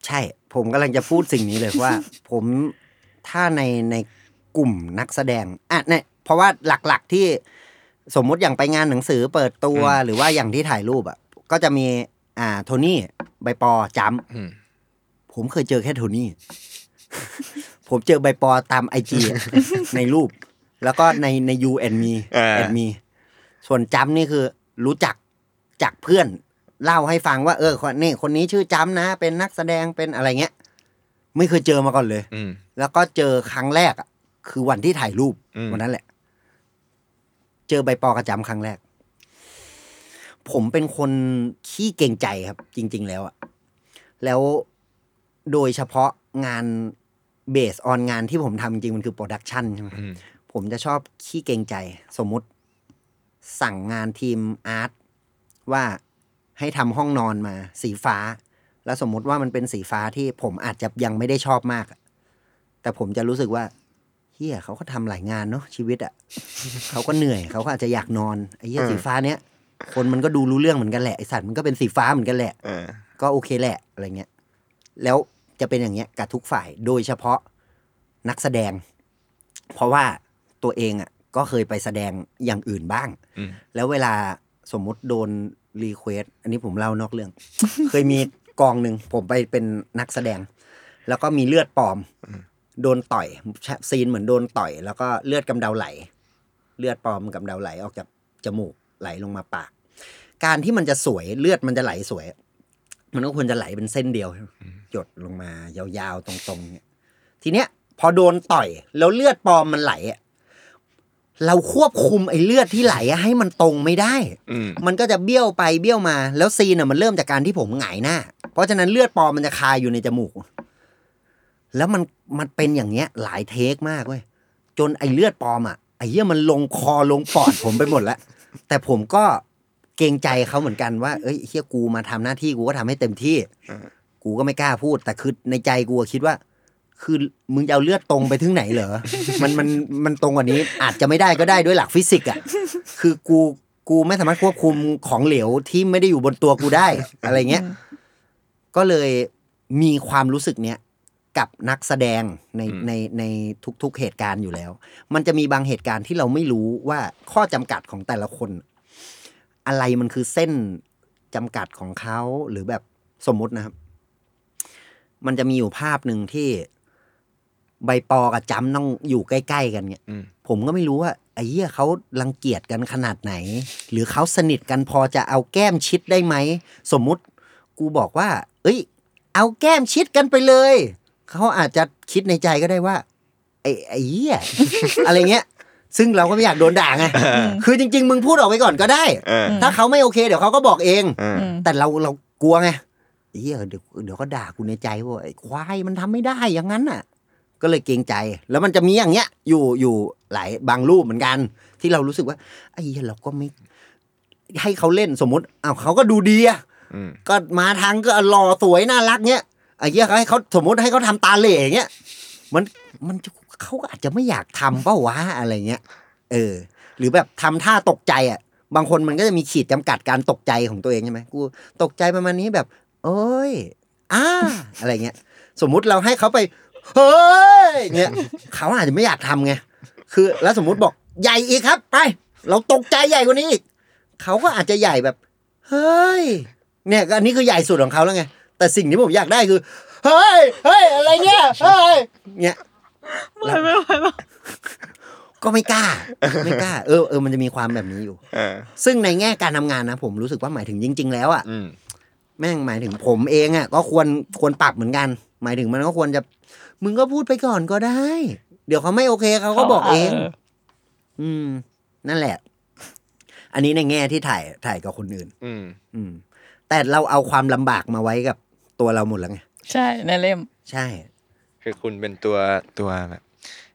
Speaker 5: ใช่ ผมกำลังจะพูดสิ่งนี้เลยว่า ผมถ้าในในกลุ่มนักแสดงอ่ะเนี่ยเพราะว่าหลักๆที่สมมุติอย่างไปงานหนังสือเปิดตัวหรือว่าอย่างที่ถ่ายรูปอ่ะก็จะมี อ่า โทนี่ใบปอจ
Speaker 4: อืม
Speaker 5: ำผมเคยเจอแค่โทนี่ ผมเจอใบปอตามไอ จี ในรูป แล้วก็ในในยูแอนมี
Speaker 4: อ่า
Speaker 5: แอนมีส่วนจำนี่คือรู้จักจากเพื่อน เล่าให้ฟังว่า เออคนนี่คนนี้ชื่อจำนะ เป็นนักแสดงเป็นอะไรเงี้ย ไม่เคยเจอมาก่อนเลย
Speaker 4: อืม
Speaker 5: แล้วก็เจอครั้งแรกอะคือวันที่ถ่ายรูป
Speaker 4: อืม
Speaker 5: วันนั้นแหละ เจอใบปอกระจำครั้งแรก ผมเป็นคนขี้เกรงใจครับ จริง ๆ แล้วอะแล้วโดยเฉพาะงานเบสออนงานที่ผมทำจริงมันคือโปรดักชันใช่ไหม
Speaker 4: อืม
Speaker 5: ผมจะชอบขี้เกรงใจ สมมุติสั่งงานทีมอาร์ตว่าให้ทำห้องนอนมา สีฟ้า แล้วสมมุติว่ามันเป็นสีฟ้าที่ผมอาจจะยังไม่ได้ชอบมากอะ แต่ผมจะรู้สึกว่าเฮียเขาก็ทำหลายงานเนาะชีวิตอะ่ะ เขาก็เหนื่อยเขาก็อาจจะอยากนอนไอ้เหี้ยสีฟ้าเนี้ยคนมันก็ดูรู้เรื่องเหมือนกันแหละไอสัตว์มันก็เป็นสีฟ้าเหมือนกันแหละ
Speaker 4: เออ
Speaker 5: ก็โอเคแหละอะไรเงี้ย แล้วจะเป็นอย่างเงี้ยกับทุกฝ่ายโดยเฉพาะนักแสดง เพราะว่าตัวเองอ่ะก็เคยไปแสดงอย่างอื่นบ้าง
Speaker 4: อืม
Speaker 5: แล้วเวลาสมมุติโดนรีเควสอันนี้ผมเล่านอกเรื่อง เคยมีกองหนึ่งผมไปเป็นนักแสดง แล้วก็มีเลือดปลอม โดนต่อยซีนเหมือนโดนต่อย แล้วก็เลือดกำเดาไหล เลือดปลอมกำเดาไหลออกจากจมูกไหลลงมาปาก การที่มันจะสวยเลือดมันจะไหลสวย มันก็ควรจะไหลเป็นเส้นเดียว หยดลงมายาวๆ ตรงๆเนี่ยทีเนี้ย พอโดนต่อย แล้วเลือดปลอมมันไหลอะเราควบคุมไอ้เลือดที่ไหลอะให้มันตรงไม่ได้
Speaker 4: อืม
Speaker 5: มันก็จะเบี้ยวไปเบี้ยวมา แล้วซีนอ่ะมันเริ่มจากการที่ผมหงายหน้า เพราะฉะนั้นเลือดปลอมมันจะคาอยู่ในจมูก แล้วมันมันเป็นอย่างเงี้ย หลายเทคมากเว้ยจนไอเลือดปลอมอ่ะไอเหี้ยมันลงคอลงปอด ผมไปหมดแล้ว แต่ผมก็เกรงใจเขาเหมือนกันว่า เอ้ยไอ้เฮียกูมาทำหน้าที่กูก็ทำให้เต็มที่
Speaker 4: อ่า
Speaker 5: กูก็ไม่กล้าพูด แต่คือในใจกูอะคิดว่า คือมึงจะเอาเลือดตรงไปถึงไหนเหรอ มันมันมันตรงกว่านี้ อาจจะไม่ได้ก็ได้ด้วยหลักฟิสิกส์อ่ะ คือกูกูไม่สามารถควบคุมของเหลวที่ไม่ได้อยู่บนตัวกู ได้ อะไรเงี้ย ก็เลยมีความรู้สึกเนี้ยกับนักแสดงใน
Speaker 4: อืม
Speaker 5: ในในทุกๆเหตุการณ์อยู่แล้ว มันจะมีบางเหตุการณ์ที่เราไม่รู้ว่าข้อจำกัดของแต่ละคน อะไรมันคือเส้นจำกัดของเขาหรือแบบสมมุตินะครับ มันจะมีอยู่ภาพหนึ่งที่ใบปอกับจำต้องอยู่ใกล้ ๆ กันเนี่ย
Speaker 4: อืม
Speaker 5: ผมก็ไม่รู้ว่าไอ้เหี้ยเขารังเกียจกันขนาดไหน หรือเขาสนิทกันพอจะเอาแก้มชิดได้ไหม สมมุติกูบอกว่า เอ้ย เอาแก้มชิดกันไปเลย เขาอาจจะคิดในใจก็ได้ว่า ไอ้ไอ้เหี้ย อะไรเงี้ย ซึ่งเราก็ไม่อยากโดนด่าไงคือจริง ๆ มึงพูดออกไปก่อนก็ได้
Speaker 4: เออ
Speaker 5: ถ้าเขาไม่โอเคเดี๋ยวเขาก็บอกเอง
Speaker 4: เออ
Speaker 3: อืม
Speaker 5: แต่เราเรากลัวไงไอ้เหี้ยเดี๋ยวเดี๋ยวก็ด่ากูในใจว่าไอ้ควายมันทำไม่ได้อย่างนั้นน่ะ ก็เลยเกรงใจ แล้วมันจะมีอย่างเงี้ย อยู่อยู่หลายบางรูปเหมือนกัน ที่เรารู้สึกว่าไอ้เหี้ยเราก็ไม่ ให้เขาเล่นสมมติอ้าวเขาก็ดูดีอะ
Speaker 4: อืม
Speaker 5: ก็มาทางก็หล่อสวยน่ารักเงี้ยไอ้เหี้ยเขาให้เขาสมมติให้เขาทำตาเหล่อย่างเงี้ยมันมันเขาอาจจะไม่อยากทำเป้าวะอะไรเงี้ยเออ หรือแบบทำท่าตกใจอ่ะ บางคนมันก็จะมีขีดจำกัดการตกใจของตัวเองใช่ไหมกูตกใจประมาณนี้แบบ โอ้ยอ้า อะไรเงี้ย สมมุติเราให้เขาไป เฮ้ยเงี้ยเขาอาจจะไม่อยากทำไงคือ แล้วสมมุติบอกใหญ่อีกครับ ไป เราตกใจใหญ่กว่านี้อีกเขาก็อาจจะใหญ่แบบ เฮ้ย เนี่ยก็อันนี้คือใหญ่สุดของเขาแล้วไง แต่สิ่งที่ผมอยากได้คือ เฮ้ยเฮ้ยอะไรเงี้ยเฮ้ยเงี้ย
Speaker 3: ไม่ไหวไม่ไหวแล้ว
Speaker 5: ก็ไม่กล้า ไม่กล้า เออเออมันจะมีความแบบนี้อยู่
Speaker 4: เออ
Speaker 5: ซึ่งในแง่การทำงานนะผมรู้สึกว่าหมายถึงจริง ๆ แล้วอ่ะ
Speaker 4: อืม
Speaker 5: แม่งหมายถึงผมเองอ่ะก็ควรควรปรับเหมือนกัน หมายถึงมันก็ควรจะ มึงก็พูดไปก่อนก็ได้ เดี๋ยวเขาไม่โอเคเขาก็บอกเอง อืม นั่นแหละ อันนี้ในแง่ที่ถ่ายถ่ายกับคนอื่น
Speaker 4: อืม
Speaker 5: อืม แต่เราเอาความลำบากมาไว้กับตัวเราหมดแล้วไง
Speaker 3: ใช่ในเล่ม
Speaker 5: ใช่
Speaker 4: คือคุณเป็นตัวตัวแบบ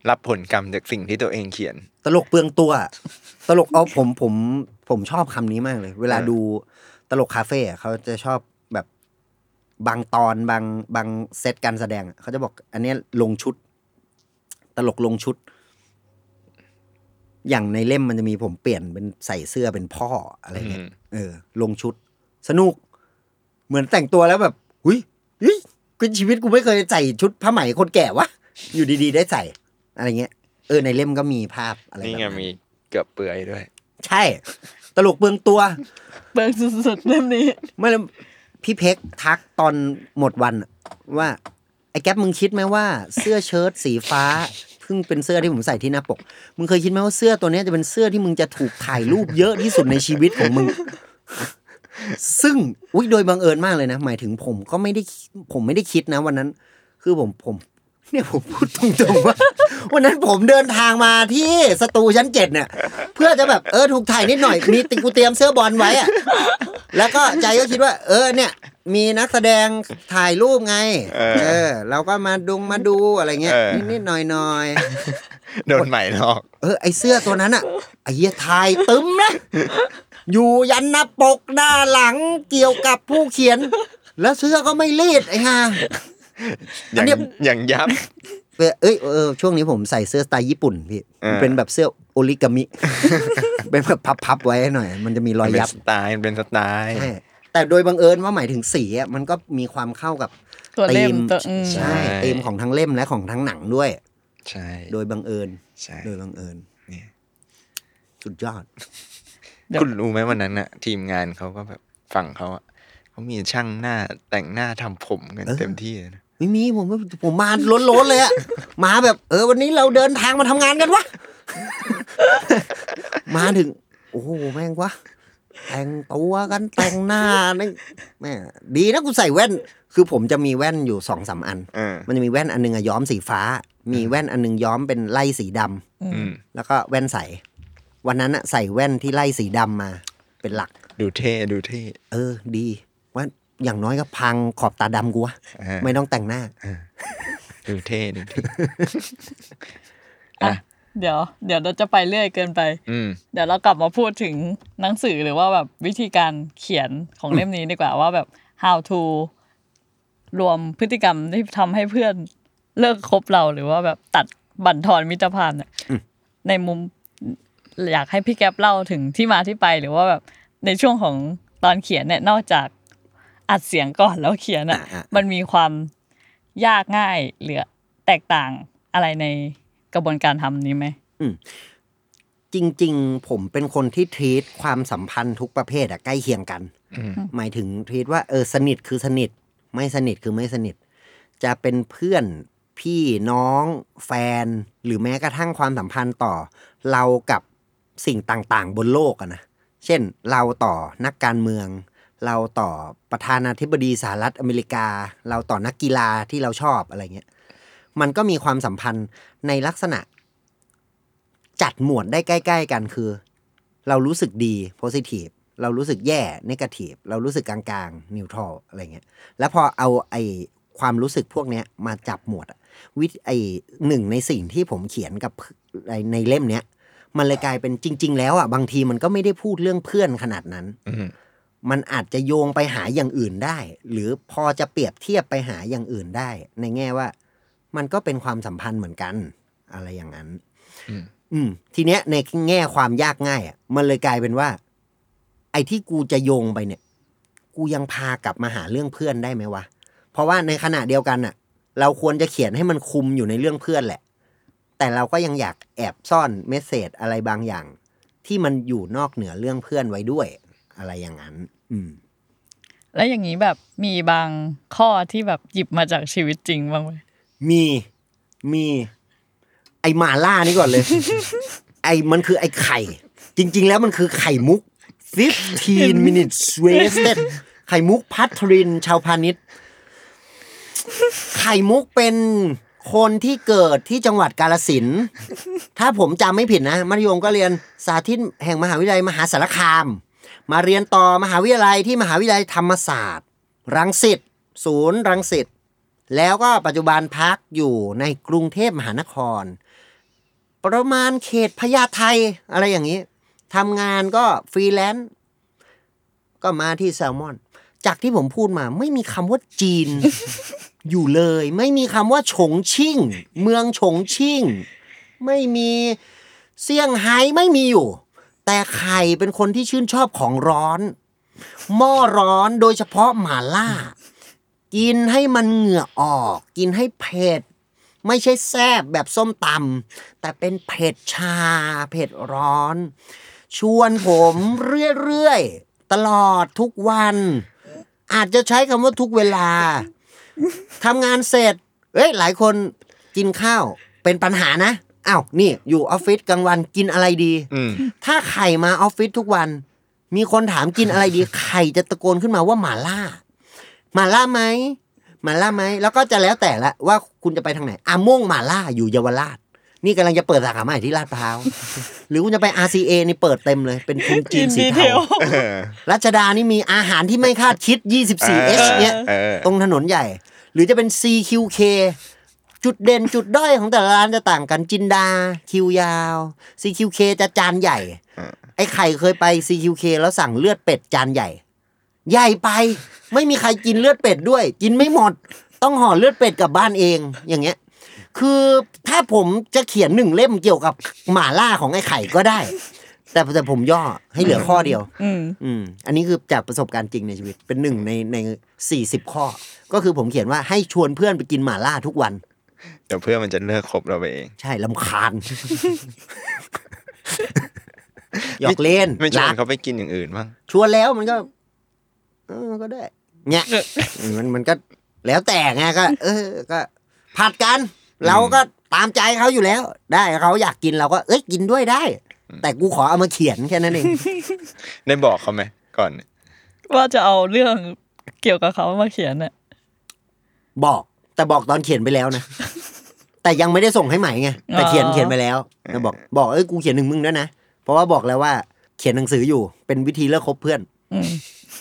Speaker 4: รับผลกรรมจากสิ่งที่ตัวเองเขียน
Speaker 5: ตลกเปลืองตัว ตลกเอาผมผมผมชอบคำนี้มากเลย เวลา
Speaker 4: เออ
Speaker 5: ดูตลกคาเฟ่อะเขาจะชอบแบบบางตอนบางบางเซตการแสดงอะเขาจะบอก อันเนี้ยลงชุด ตลกลงชุด อย่างในเล่มมันจะมีผมเปลี่ยนเป็นใส่เสื้อเป็นพ่ออะไรเงี้ยเออ ลงชุด สนุก เหมือนแต่งตัวแล้วแบบหุยหุยกูชีวิตกูไม่เคยใส่ชุดผ้าไหมคนแก่วะอยู่ดีๆ ได้ใส่ อะไรเงี้ยเออในเล่มก็มีภาพอะไรแบบ
Speaker 4: นี่ไงมีเกือบเปื่อยด้วย
Speaker 5: ใช่ ตลกเบืองตัว
Speaker 3: เบิร์สุดๆเล่มนี้
Speaker 5: ไม่แล้ว พี่เพ็กทักตอนหมดวันอะว่า ไอ้แก๊ปมึงคิดไหมว่าเสื้อเชิ้ตสีฟ้าเพิ่งเป็นเสื้อที่ผมใส่ที่หน้าปก มึงเคยคิดไหมว่าเสื้อตัวเนี้ยจะเป็นเสื้อที่มึงจะถูกถ่ายรูปเยอะที่สุดในชีวิตของมึง ซึ่งอุ้ยโดยบังเอิญมากเลยนะ หมายถึงผมก็ไม่ได้ผมไม่ได้คิดนะ วันนั้น คือผมผม เนี่ยผมพูดตรงๆว่า วันนั้นผมเดินทางมาที่สตูชั้นเจ็ดเนี่ย เพื่อจะแบบเออถูกถ่ายนิดหน่อย มีติกูเตรียมเสื้อบอลไว้อะแล้วก็ใจก็คิดว่า เออเนี่ย มีนักแสดงถ่ายรูปไง
Speaker 4: เออ
Speaker 5: เออ เราก็มาดุงมาดูอะไรเงี้ย
Speaker 4: เออ
Speaker 5: นิดๆหน่อยๆ
Speaker 4: โดนใหม่หรอก
Speaker 5: เออไอเสื้อตัวนั้นอะไอเหี้ยทายตึมนะ อยู่ยันหน้าปกหน้าหลังเกี่ยวกับผู้เขียน แล้วเสื้อก็ไม่รีดไอ้ห่า
Speaker 4: อ
Speaker 5: อั
Speaker 4: ย่าน ง
Speaker 5: เนี้ย
Speaker 4: อย่างยับ
Speaker 5: เอ้ยเอ้ยเออช่วงนี้ผมใส่เสื้อสไตล์ญี่ปุ่นพี่
Speaker 4: อ่า
Speaker 5: เป็นแบบเสื้อโอริกามิ เป็นแบบพับๆไว้หน่อย มันจะมีรอยยั
Speaker 4: มัน
Speaker 5: บ
Speaker 4: เป็นสไตล์มันเป็นสไตล์
Speaker 5: ใช่แต่โดยบังเอิญว่าหมายถึงสีอะมันก็มีความเข้ากับ
Speaker 3: ตัวเล่ม
Speaker 5: ธี
Speaker 3: ตัวอืม
Speaker 5: ใช่ธีมของทั้งเล่มและของทั้งหนังด้วย
Speaker 4: ใช่
Speaker 5: โดยบังเอิญ
Speaker 4: ใช่
Speaker 5: โดยบังเอิญ
Speaker 4: เนี่ย
Speaker 5: สุดยอด
Speaker 4: คุณรู้ไหมวันนั้นอะทีมงานเขาก็แบบฝั่งเขาอะเขามีช่างหน้าแต่งหน้าทำผมกัน
Speaker 5: เออ
Speaker 4: เต็มที่เลยนะ
Speaker 5: ไม่มีผมว่าผมมาล้นๆเลยอะมาแบบ เออ วันนี้เราเดินทางมาทำงานกันวะ มาถึง โอ้โหแม่งวะแต่งตัวกันแต่งหน้านี่แม่ดีนะกูใส่แว่น คือผมจะมีแว่นอยู่สองสามอัน
Speaker 4: เออ
Speaker 5: มันจะมีแว่นอันหนึงอะย้อมสีฟ้า มีแว่นอันหนึงย้อมเป็นไล่สีดำ
Speaker 4: อืม
Speaker 5: แล้วก็แว่นใส วันนั้นอะใส่แว่นที่ไล่สีดำมา เป็นหลัก
Speaker 4: ดูเท่ดูเท่
Speaker 5: เออ ดีว่าอย่างน้อยก็พังขอบตาดำกูวะ
Speaker 4: อ่า
Speaker 5: ไม่ต้องแต่งหน้า
Speaker 4: ดูเท่ดูเท่
Speaker 3: อ่ะเดี๋ยว เดี๋ยวเราจะไปเรื่อยเกินไป
Speaker 4: อืม
Speaker 3: เดี๋ยวเรากลับมาพูดถึงหนังสือหรือว่าแบบวิธีการเขียนของเล่มนี้ดีกว่าว่าแบบ how to รวมพฤติกรรมที่ทำให้เพื่อนเลิกคบเราหรือว่าแบบตัดบั่นทอนมิตรภาพเนี่ยในมุมอยากให้พี่แก๊ปเล่าถึงที่มาที่ไปหรือว่าแบบในช่วงของตอนเขียนเนี่ยนอกจากอัดเสียงก่อนแล้วเขียนอ่ะ
Speaker 5: อ่าๆ
Speaker 3: มันมีความยากง่ายหรือแตกต่างอะไรในกระบวนการทำนี้ไหม
Speaker 5: จริงๆ ผมเป็นคนที่ท e ีตความสัมพันธ์ทุกประเภทอะใกล้เคียงกัน
Speaker 4: อืม
Speaker 5: หมายถึงท e ีตว่าเออสนิทคือสนิท ไม่สนิทคือไม่สนิท จะเป็นเพื่อนพี่น้องแฟน หรือแม้กระทั่งความสัมพันธ์ต่อ เรากับสิ่งต่างๆ บนโลกอะนะ เช่นเราต่อนักการเมือง เราต่อประธานาธิบดีสหรัฐอเมริกา เราต่อนักกีฬาที่เราชอบอะไรเงี้ยมันก็มีความสัมพันธ์ในลักษณะ จัดหมวดได้ใกล้ ๆ กันคือ เรารู้สึกดี positive เรารู้สึกแย่ negative เรารู้สึกกลางๆ neutral อะไรเงี้ย แล้วพอเอาไอความรู้สึกพวกเนี้ยมาจับหมวดอะวิไอหนึ่งในสิ่งที่ผมเขียนกับเพื่อนในในเล่มเนี้ย มันเลยกลายเป็นจริง ๆ แล้วอะบางทีมันก็ไม่ได้พูดเรื่องเพื่อนขนาดนั้น
Speaker 4: อืม
Speaker 5: มันอาจจะโยงไปหาอย่างอื่นได้ หรือพอจะเปรียบเทียบไปหาอย่างอื่นได้ ในแง่ว่า มันก็เป็นความสัมพันธ์เหมือนกัน อะไรอย่างนั้น
Speaker 4: อืม
Speaker 5: อืมทีเนี้ยในแง่ความยากง่ายอ่ะมันเลยกลายเป็นว่า ไอ้ที่กูจะโยงไปเนี่ย กูยังพากลับมาหาเรื่องเพื่อนได้ไหมวะ เพราะว่าในขณะเดียวกันอ่ะ เราควรจะเขียนให้มันคุมอยู่ในเรื่องเพื่อนแหละ แต่เราก็ยังอยากแอบซ่อนเมสเซจอะไรบางอย่าง ที่มันอยู่นอกเหนือเรื่องเพื่อนไว้ด้วย อะไรอย่างนั้น อืม
Speaker 3: แล้วอย่างนี้แบบมีบางข้อที่แบบหยิบมาจากชีวิตจริงบ้างไหม
Speaker 5: มีมี ไอหมาล่านี่ก่อนเลย ไอมันคือไอไข่ จริง ๆ แล้วมันคือไข่มุก 15 minutes wasted ไข่มุกพัทรินชาวพาณิชย์ ไข่มุกเป็นคนที่เกิดที่จังหวัดกาลสินธุ์ถ้าผมจำไม่ผิดนะมัธยมก็เรียนสาธิตแห่งมหาวิทยาลัยมหาสารคาม มาเรียนต่อมหาวิทยาลัยที่มหาวิทยาลัยธรรมศาสตร์ รังสิตศูนย์รังสิต แล้วก็ปัจจุบันพักอยู่ในกรุงเทพมหานคร ประมาณเขตพญาไทอะไรอย่างนี้ทำงานก็ฟรีแลนซ์ก็มาที่แซลมอน จากที่ผมพูดมาไม่มีคำว่าจีน อยู่เลย ไม่มีคำว่าฉงชิ่ง เมืองฉงชิ่ง ไม่มีเซี่ยงไฮ้ไม่มีอยู่ แต่ไข่เป็นคนที่ชื่นชอบของร้อน หม้อร้อนโดยเฉพาะหมาล่า กินให้มันเหงื่อออก กินให้เผ็ด ไม่ใช่แซ่บแบบส้มตำแต่เป็นเผ็ดชา เผ็ดร้อน ชวนผมเรื่อย ๆ ตลอดทุกวัน อาจจะใช้คำว่าทุกเวลาทำงานเสร็จ เอ้ยหลายคนกินข้าวเป็นปัญหานะอ้าวนี่อยู่ออฟฟิศกลางวันกินอะไรดี
Speaker 4: อืม
Speaker 5: ถ้าไข่มาออฟฟิศทุกวัน มีคนถามกินอะไรดี ไข่จะตะโกนขึ้นมาว่าหมาล่าหมาล่าไหมหมาล่าไหมแล้วก็จะแล้วแต่ละว่าคุณจะไปทางไหนอาม่วงหมาล่าอยู่เยาวราช นี่กำลังจะเปิดสาขาใหม่ที่ลาดพร้าว หรือคุณจะไป RCA นี่เปิดเต็มเลย เป็นคุณจีนสีเทารัชดานี่มีอาหารที่ไม่คาดคิด 24H เนี่ย
Speaker 4: เออ
Speaker 5: ตรงถนนใหญ่ หรือจะเป็น CQK จุดเด่นจุดด้อยของแต่ละร้านจะต่างกันจินดา คิวยาว CQK จะจานใหญ่
Speaker 4: อ่า
Speaker 5: ไอ้ไข่เคยไป CQK แล้วสั่งเลือดเป็ดจานใหญ่ ใหญ่ไป ไม่มีใครกินเลือดเป็ดด้วย กินไม่หมด ต้องห่อเลือดเป็ดกลับบ้านเอง อย่างเงี้ย คือถ้าผมจะเขียนหนึ่งเล่มเกี่ยวกับหมาล่าของไอ้ไข่ก็ได้ แต่แต่ผมย่อให้เหลือข้อเดียว
Speaker 3: อืม
Speaker 5: อืมอันนี้คือจากประสบการณ์จริงในชีวิตเป็นหนึ่งในในสี่สิบข้อ ก็คือผมเขียนว่าให้ชวนเพื่อนไปกินหม่าล่าทุกวัน
Speaker 4: เดี๋ยวเพื่อนมันจะเลิกคบเราไปเอง
Speaker 5: ใช่ลำคาญ หยอกเล่น
Speaker 4: ไม่ชวน
Speaker 5: รัก
Speaker 4: เขาไปกินอย่างอื่นบ้าง
Speaker 5: ชวนแล้วมันก็เออก็ได้เนี่ย มันมันก็แล้วแต่ไงก็ เออ ก็ผัดกัน เราก็ตามใจเขาอยู่แล้ว ได้เขาอยากกินเราก็เอ้ยกินด้วยได้ แต่กูขอเอามาเขียนแค่นั้น เอง
Speaker 4: ได้บอกเขาไหมก่อนเนี่ย
Speaker 3: ว่าจะเอาเรื่องเกี่ยวกับเขามาเขียนน่ะ
Speaker 5: บอกแต่บอกตอนเขียนไปแล้วนะ แต่ยังไม่ได้ส่งให้ใหม่ไงแต่เขียนเขียนไปแล้วแล้วบอก บอกเอ้ยกูเขียนหนึ่งมึงด้วยนะเพราะว่าบอกแล้วว่าเขียนหนังสืออยู่เป็นวิธีเลิกคบเพื่อน
Speaker 3: อืม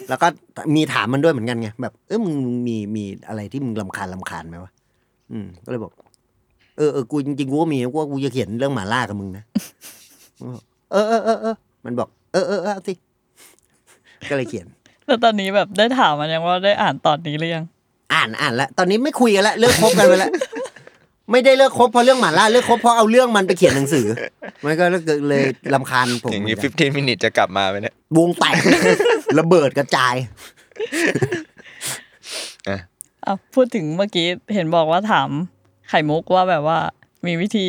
Speaker 5: แล้วก็มีถามมันด้วยเหมือนกันไงแบบเอ้ยมึงมีมีอะไรที่มึงลำคาญลำคาญไหมวะอืม ก็เลยบอก เออเออกูจริงๆกูก็มีกูว่ากูจะเขียนเรื่องหมาล่ากับมึงนะมันบอกเออเออเออเออมันบอก เออเออเออเอาสิก็เลยเขียน
Speaker 3: แล้วตอนนี้แบบได้ถามมันยังว่าได้อ่านตอนนี้หรือยัง
Speaker 5: อ่านอ่านแล้วตอนนี้ไม่คุยกันแล้วเลิกคบกันไปแล้ว ไม่ได้เลิกคบเพราะเรื่องหมาล่าเลิกคบเพราะเอาเรื่องมันไปเขียนหนังสือ มันก็เลยลำคาญผม
Speaker 4: อย่าง
Speaker 5: เหมื
Speaker 4: นี้
Speaker 5: อนกัน
Speaker 4: 15 มินิจะกลับมาไหมเนี่ย
Speaker 5: วงแตก ระเบิดกระจาย
Speaker 3: อ่ะพูดถึงเมื่อกี้เห็นบอกว่าถามไข่มุกว่าแบบว่ามีวิธี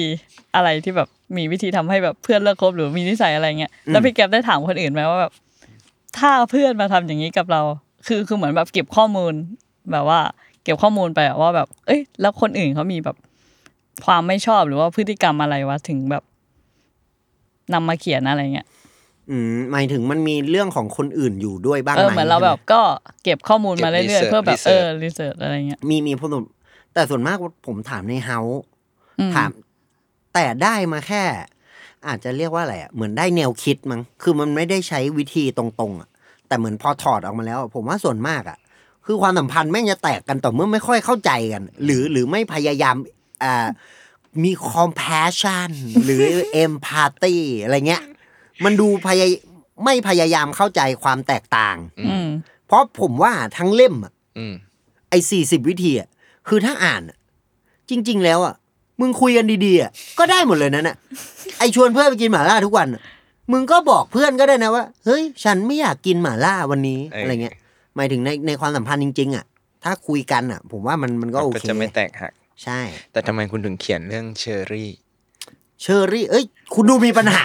Speaker 3: อะไรที่แบบมีวิธีทำให้แบบเพื่อนเลิกคบหรือมีนิสัยอะไรเงี้ยแล้วพี่แก๊ปได้ถามคนอื่นไหมว่าแบบถ้าเพื่อนมาทำอย่างนี้กับเรา คือคือเหมือนแบบเก็บข้อมูล แบบว่า เก็บข้อมูลไปอะว่าแบบ เอ้ย แล้วคนอื่นเขามีแบบความไม่ชอบหรือว่าพฤติกรรมอะไรวะถึงแบบนำมาเขียนอะไรเงี้ย
Speaker 5: อืมหมายถึงมันมีเรื่องของคนอื่นอยู่ด้วยบ้าง
Speaker 3: เออ
Speaker 5: ไหม
Speaker 3: เหมือนเราแบบก็เก็บข้อมูลมาเรื่อยๆ
Speaker 4: เก็บ research
Speaker 3: เพื่อแบบเออ
Speaker 4: research
Speaker 3: รีเสิร์ชอะไรเงี้ย
Speaker 5: มีมีพวกหนูแต่ส่วนมากผมถามในเฮาส์
Speaker 3: อืม
Speaker 5: ถาม แต่ได้มาแค่ อาจจะเรียกว่าอะไรอ่ะเหมือนได้แนวคิดมั้งคือมันไม่ได้ใช้วิธีตรงๆอ่ะแต่เหมือนพอถอดออกมาแล้วอะผมว่าส่วนมากอ่ะ คือความสัมพันธ์แม่งจะแตกกันต่อเมื่อไม่ค่อยเข้าใจกัน หรือหรือไม่พยายามอ่ามี compassion หรือ empathy อะไรเงี้ย มันดูพยายไม่พยายามเข้าใจความแตกต่าง
Speaker 3: อืม
Speaker 5: เพราะผมว่าทั้งเล่มอะ
Speaker 4: อืม
Speaker 5: ไอ้สี่สิบวิธีอ่ะคือถ้าอ่านอะจริง ๆ แล้วอ่ะ มึงคุยกันดีๆอ่ะก็ได้หมดเลยนั่นน่ะ ไอ้ชวนเพื่อนไปกินหมาล่าทุกวันอะมึงก็บอกเพื่อนก็ได้นะว่า เฮ้ย ฉันไม่อยากกินหมาล่าวันนี้
Speaker 4: เอออ
Speaker 5: อะไรเงี้ย หมายถึงในในความสัมพันธ์จริง ๆ อ่ะ ถ้าคุยกันอ่ะ ผมว่ามันมันก็โอ
Speaker 4: ก็
Speaker 5: เค
Speaker 4: จะไม่แตกหัก
Speaker 5: ใช่
Speaker 4: แต่ทำไมคุณถึงเขียนเรื่องเชอรี่
Speaker 5: เชอรี่ เอ้ย คุณดูมีปัญหา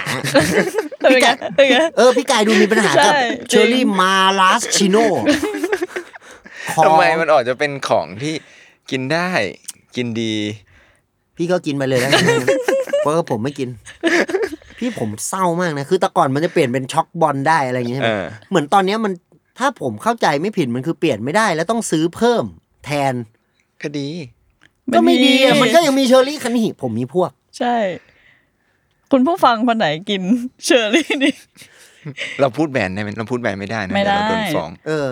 Speaker 3: เป็นไงเป็นไง
Speaker 5: เออ พี่กายดูมีปัญหากับ
Speaker 3: ใช่
Speaker 5: เชอรี่
Speaker 3: จริง
Speaker 5: มาลาสชิโน
Speaker 4: ทำไมมันออกจะเป็นของที่กินได้ กินดี
Speaker 5: พี่ก็กินไปเลยแล้วกัน เพราะว่าผมไม่กิน พี่ผมเศร้ามากนะ คือแต่ก่อนมันจะเปลี่ยนเป็นช็อกบอลได้อะไรอย่างเงี้ยใช่
Speaker 4: เอ
Speaker 5: ไหม
Speaker 4: อ
Speaker 5: เหมือนตอนเนี้ยมันถ้าผมเข้าใจไม่ผิดมันคือเปลี่ยนไม่ได้ แล้วต้องซื้อเพิ่ม แทน
Speaker 4: ก็ดี
Speaker 5: ก็ไม่ดีอะมันก็ยังมีเชอร์รี่คันนี้ผมมีพวก
Speaker 3: ใช่ คุณผู้ฟังคนไหนกินเชอร์รี่ นี่
Speaker 4: เราพูดแบรนด์ได้ไหมเราพูดแบรนด์ไม่ได้นะ
Speaker 3: ไม่ได้
Speaker 4: เยวเราโดนฟ้อง
Speaker 5: เออ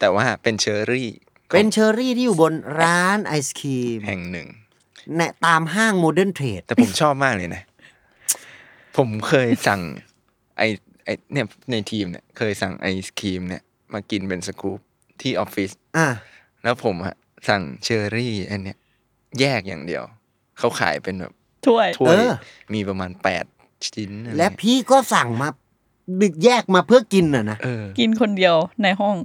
Speaker 4: แต่ว่าเป็นเชอรี่ของ
Speaker 5: เป็นเชอร์รี่ที่อยู่บนร้านไอศครีม
Speaker 4: แห่งหนึ่ง
Speaker 5: ในตามห้างโมเดิร์นเทรด
Speaker 4: แต่ผมชอบมากเลยนะ ผมเคยสั่ง ไอไอเนี่ยในทีมเนี่ย เคยสั่งไอศครีมเนี่ย มากินเป็นสกู๊ปที่ออฟฟิศ
Speaker 5: อ่ะ
Speaker 4: แล้วผมอะสั่งเชอรี่อันเนี้ยแยกอย่างเดียว เขาขายเป็นแบบ
Speaker 3: ถ้วย
Speaker 4: ถ้วยมีประมาณแปดชิ้นอไร
Speaker 5: และพี่ก็สั่งมาดึกแยกมาเพื่อกินอ่ะนะ
Speaker 4: เออ
Speaker 3: กินคนเดียวในห้อง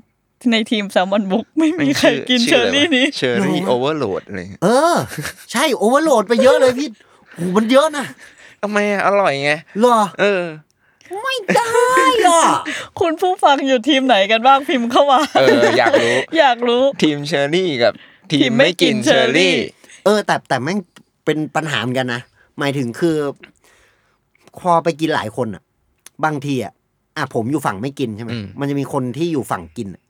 Speaker 3: ในทีมแซลมอนบุ๊กไม่มีใครกินเชอร์รี่นี้
Speaker 4: เชอรี่โอเวอร์โหลดอะไรเงี้ย
Speaker 5: เออ ใช่โอเวอร์โหลดไปเยอะเลยพี่โอ้โหมันเยอะนะ
Speaker 4: ทำไมอะอร่อยไง
Speaker 5: เหรอ
Speaker 4: เออ
Speaker 5: ไม่ได้ ย่อ
Speaker 3: คุณผู้ฟังอยู่ทีมไหนกันบ้างพิมพ์เข้า มา
Speaker 4: เอออยากรู้
Speaker 3: อยากรู้
Speaker 4: ทีมเชอร์รี่กับ ที
Speaker 3: ที
Speaker 4: ม
Speaker 3: มไม่
Speaker 4: ไม่กิน
Speaker 3: กิน
Speaker 4: เชอร์รี่
Speaker 3: เชอร์รี่
Speaker 5: เออ แต่แต่แม่งเป็นปัญหาเหมือนกันนะ หมายถึงคือพอไปกินหลายคนอ่ะ บางทีอ่ะอ่ะผมอยู่ฝั่งไม่กินใช่ไหม
Speaker 4: อืม
Speaker 5: มันจะมีคนที่อยู่ฝั่งกินอะ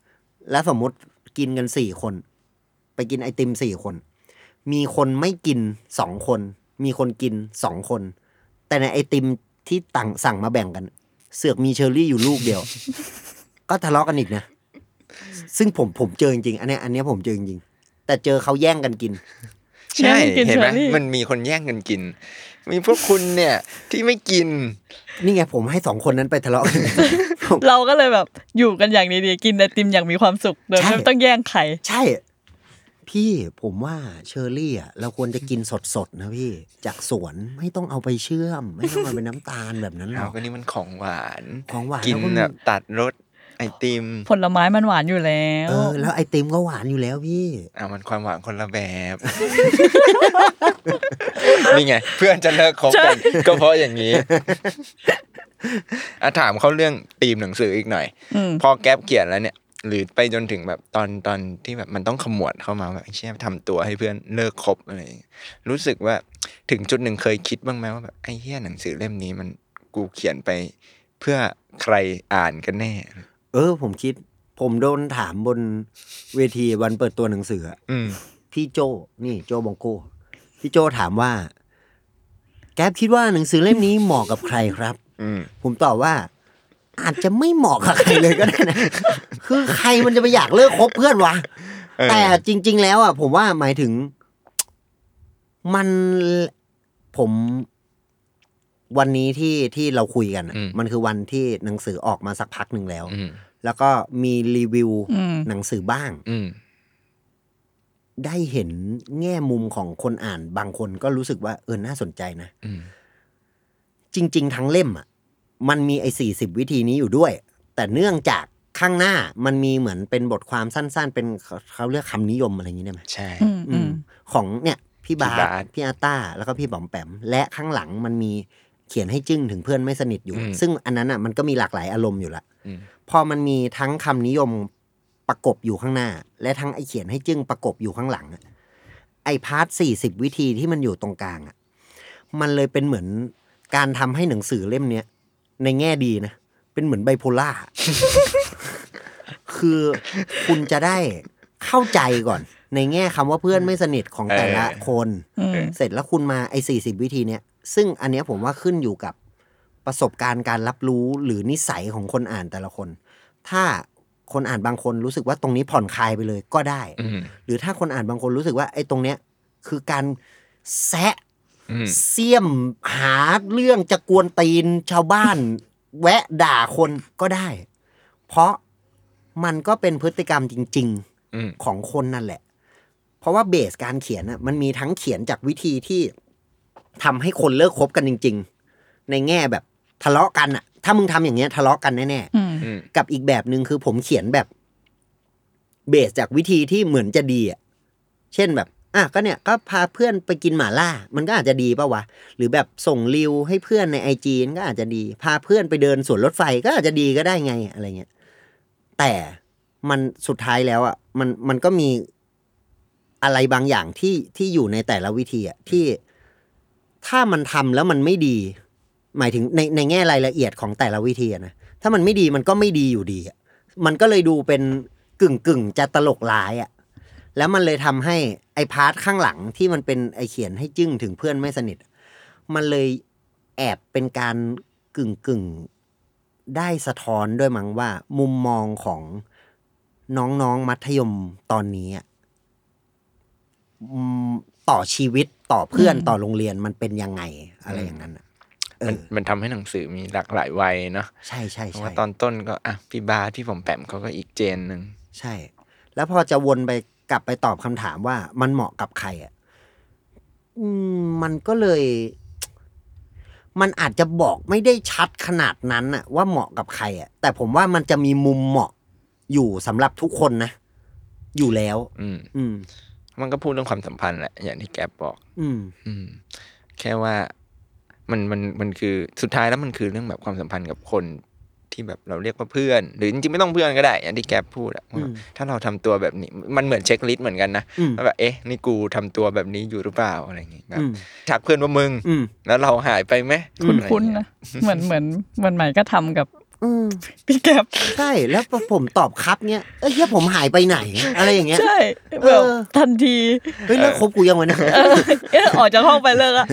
Speaker 5: แล้วสมมติกินกันสี่คน ไปกินไอติมสี่คน มีคนไม่กินสองคน มีคนกินสองคน แต่ในไอติมที่ต่างสั่งมาแบ่งกัน เสือกมีเชอร์รี่อยู่ลูกเดียว ก็ทะเลาะกันอีกนะ ซึ่งผมผมเจอจริงๆอันเนี้ยอันเนี้ยผมเจอจริงๆแต่เจอเขาแย่งกันกิน
Speaker 4: ใช่
Speaker 3: แย่งกันกิน
Speaker 4: เห็นไหม
Speaker 3: เชอร์รี่
Speaker 4: มันมีคนแย่งกันกิน มีพวกคุณเนี่ย ที่ไม่กิน
Speaker 5: นี่ไงผมให้สองคนนั้นไปทะเลาะกัน
Speaker 3: เราก็เลยแบบอยู่กันอย่างดีๆกินไอติมอย่างมีความสุขโดย
Speaker 5: ใช่
Speaker 3: ไม่ต้องแย่งใคร
Speaker 5: ใช่ พี่ผมว่าเชอร์รี่อ่ะเราควรจะกินสดๆนะพี่ จากสวนไม่ต้องเอาไปเชื่อม ไม่ต้องเอาไปน้ำตาลแบบนั้นหร
Speaker 4: เอา
Speaker 5: อก
Speaker 4: ก็นี่มันของหวาน
Speaker 5: ของหวาน
Speaker 4: กิน
Speaker 5: แล้วก็มี
Speaker 4: แบบตัดรสไอติม
Speaker 3: ผลไม้มันหวานอยู่แล้ว
Speaker 5: เออ แล้วไอติมก็หวานอยู่แล้วพี่
Speaker 4: อ่ะมันความหวานคนละแบบ นี่ไง เพื่อนจะเลิกคบกัน ก็เพราะอย่างนี้อ่ะถามเขาเรื่องธีมหนังสืออีกหน่อย
Speaker 3: ม
Speaker 4: พอแก๊ปเขียนแล้วเนี่ย หรือไปจนถึงแบบตอนตอนที่แบบมันต้องขมวดเข้ามาแบบไอ้เชี่ยทำตัวให้เพื่อนเลิกคบอะไรอย่างเงี้ยรู้สึกว่าถึงจุดหนึ่งเคยคิดบ้างไหมว่าแบบไอ้เหี้ยหนังสือเล่มนี้มันกูเขียนไป เพื่อใครอ่านกันแน่
Speaker 5: เออ ผมคิด ผมโดนถามบนเวทีวันเปิดตัวหนังสืออะ
Speaker 4: อืม
Speaker 5: พี่โจนี่โจบองโก้พี่โจถามว่า แก๊ปคิดว่าหนังสือเล่มนี้เหมาะกับใครครับ
Speaker 4: อืม
Speaker 5: ผมตอบว่า อาจจะไม่เหมาะกับใครเลยก็ได้นะ คือใครมันจะไปอยากเลิกคบเพื่อนวะ
Speaker 4: เออ
Speaker 5: แต่จริง ๆ แล้วอ่ะผมว่าหมายถึง มันผมวันนี้ที่ที่เราคุยกันอะ
Speaker 4: อืม
Speaker 5: มันคือวันที่หนังสือออกมาสักพักหนึ่งแล้ว
Speaker 4: อืม
Speaker 5: แล้วก็มีรีวิว
Speaker 3: อืม
Speaker 5: หนังสือบ้าง
Speaker 4: อืม
Speaker 5: ได้เห็นแง่มุมของคนอ่านบางคนก็รู้สึกว่าเออน่าสนใจนะ
Speaker 4: อืม
Speaker 5: จริง ๆ ทั้งเล่มอ่ะมันมีไอ้สี่สิบวิธีนี้อยู่ด้วย แต่เนื่องจากข้างหน้ามันมีเหมือนเป็นบทความสั้น ๆ เป็นเขาเขาเรียกคำนิยมอะไรอย่างนี้ได้ไหม
Speaker 4: ใช่
Speaker 3: อืม
Speaker 5: อื
Speaker 3: อื
Speaker 5: ม
Speaker 3: ม
Speaker 5: ของเนี่ยพี่บา
Speaker 4: พี่
Speaker 5: ส
Speaker 4: บาส
Speaker 5: พี่อาต้า แล้วก็พี่บอมแปม และข้างหลังมันมีเขียนให้จึ้งถึงเพื่อนไม่สนิทอยู่
Speaker 4: อืม
Speaker 5: ซึ่งอันนั้นอ่ะมันก็มีหลากหลายอารมณ์อยู่ละ
Speaker 4: อืม
Speaker 5: พอมันมีทั้งคำนิยมประกบอยู่ข้างหน้า และทั้งไอเขียนให้จึ้งประกบอยู่ข้างหลังอะไอพาร์ทสี่สิบวิธีที่มันอยู่ตรงกลางอะมันเลยเป็นเหมือนการทำให้หนังสือเล่มเนี้ยในแง่ดีนะ เป็นเหมือนไบโพล่า คือคุณจะได้เข้าใจก่อน ในแง่คำว่าเพื่อนไม่สนิทของแต่ละ
Speaker 4: เออ
Speaker 5: คน
Speaker 3: อืม
Speaker 5: เสร็จแล้วคุณมาไอ้สี่สิบวิธีเนี้ยซึ่งอันเนี้ยผมว่าขึ้นอยู่กับประสบการณ์การรับรู้หรือนิสัยของคนอ่านแต่ละคน ถ้าคนอ่านบางคนรู้สึกว่าตรงนี้ผ่อนคลายไปเลยก็ได้
Speaker 4: อืม
Speaker 5: หรือถ้าคนอ่านบางคนรู้สึกว่าไอ้ตรงเนี้ยคือการแซะ
Speaker 4: อืม
Speaker 5: เสียมหาเรื่องจะกวนตีนชาวบ้าน แวะด่าคนก็ได้ เพราะมันก็เป็นพฤติกรรมจริง ๆ
Speaker 4: อืม
Speaker 5: ของคนนั่นแหละ เพราะว่าเบสการเขียนน่ะมันมีทั้งเขียนจากวิธีที่ทำให้คนเลิกคบกันจริง ๆ ในแง่แบบทะเลาะกันอ่ะ ถ้ามึงทำอย่างเงี้ยทะเลาะกันแน่
Speaker 3: อืม
Speaker 4: อืม
Speaker 5: ๆ กับอีกแบบหนึ่งคือผมเขียนแบบเบสจากวิธีที่เหมือนจะดีอ่ะ เช่นแบบ อ่ะก็เนี่ยก็พาเพื่อนไปกินหมาล่า มันก็อาจจะดีป่าวะ หรือแบบส่งรีวให้เพื่อนในไอจีนก็อาจจะดี พาเพื่อนไปเดินสวนรถไฟก็อาจจะดีก็ได้ไงอะไรเงี้ย แต่มันสุดท้ายแล้วอ่ะมันมันก็มีอะไรบางอย่างที่ที่อยู่ในแต่ละวิธีอ่ะที่ถ้ามันทำแล้วมันไม่ดี หมายถึงในในแง่รายละเอียดของแต่ละวิธีอะนะถ้ามันไม่ดีมันก็ไม่ดีอยู่ดีอะมันก็เลยดูเป็นกึ่งกึ่งๆจะตลกร้ายอ่ะแล้วมันเลยทำให้ไอพาร์ทข้างหลังที่มันเป็นไอเขียนให้จึ้งถึงเพื่อนไม่สนิท มันเลยแอบเป็นการกึ่งกึ่งๆได้สะท้อนด้วยมั้งว่า มุมมองของน้องๆมัธยมตอนนี้อะอืมต่อชีวิตต่อเพื่อน
Speaker 3: อืม
Speaker 5: ต่อโรงเรียนมันเป็นยังไงอะไรอย่างนั้นอะเอ
Speaker 4: มัน
Speaker 5: อ
Speaker 4: มันทำให้หนังสือมีหลากหลายวัยเนาะ
Speaker 5: ใช่ใช่
Speaker 4: เพราะ
Speaker 5: ใช่
Speaker 4: ว่าตอนต้นก็อ่ะพี่บาสพี่ผมแปมเขาก็อีกเจนหนึ่ง
Speaker 5: ใช่ แล้วพอจะวนไปกลับไปตอบคำถามว่ามันเหมาะกับใครอ่ะอืมมันก็เลย มันอาจจะบอกไม่ได้ชัดขนาดนั้นอะว่าเหมาะกับใครอะแต่ผมว่ามันจะมีมุมเหมาะอยู่สำหรับทุกคนนะ อยู่แล้ว
Speaker 4: อืม
Speaker 5: อืม
Speaker 4: มันก็พูดเรื่องความสัมพันธ์แหละอย่างที่แกปบอก
Speaker 5: อืม
Speaker 4: อืม แค่ว่ามันมันมันคือสุดท้ายแล้วมันคือเรื่องแบบความสัมพันธ์กับคน ที่แบบเราเรียกว่าเพื่อน หรือจริงๆไม่ต้องเพื่อนก็ได้ อย่างที่แกพูดอะ
Speaker 5: อืม
Speaker 4: ถ้าเราทำตัวแบบนี้ มันเหมือนเช็คลิสต์เหมือนกันนะ
Speaker 5: อืม
Speaker 4: ว่าแบบเอ๊ะนี่กูทำตัวแบบนี้อยู่หรือเปล่าอะไรอย่างเงี้ยแบบ
Speaker 5: อืม
Speaker 4: ทักเพื่อนว่ามึง
Speaker 5: อืม
Speaker 4: แล้วเราหายไปไหม
Speaker 5: อืม
Speaker 3: คุ้นๆนะเหมือนเหมือนเหมือนใหม่ก็ทำกับ
Speaker 5: อืม
Speaker 3: พี่แก๊ป
Speaker 5: ใช่แล้วพอผมตอบครับเนี่ยเอ้ยเหี้ยผมหายไปไหน อะไรอย่างเงี้ย
Speaker 3: ใช่แบบ
Speaker 5: เออ
Speaker 3: ทันที
Speaker 5: เฮ้ยเลิกคบกูยังวะเนี่ย
Speaker 3: เออเอ๊ะออกจากห้องไปเลิกอะ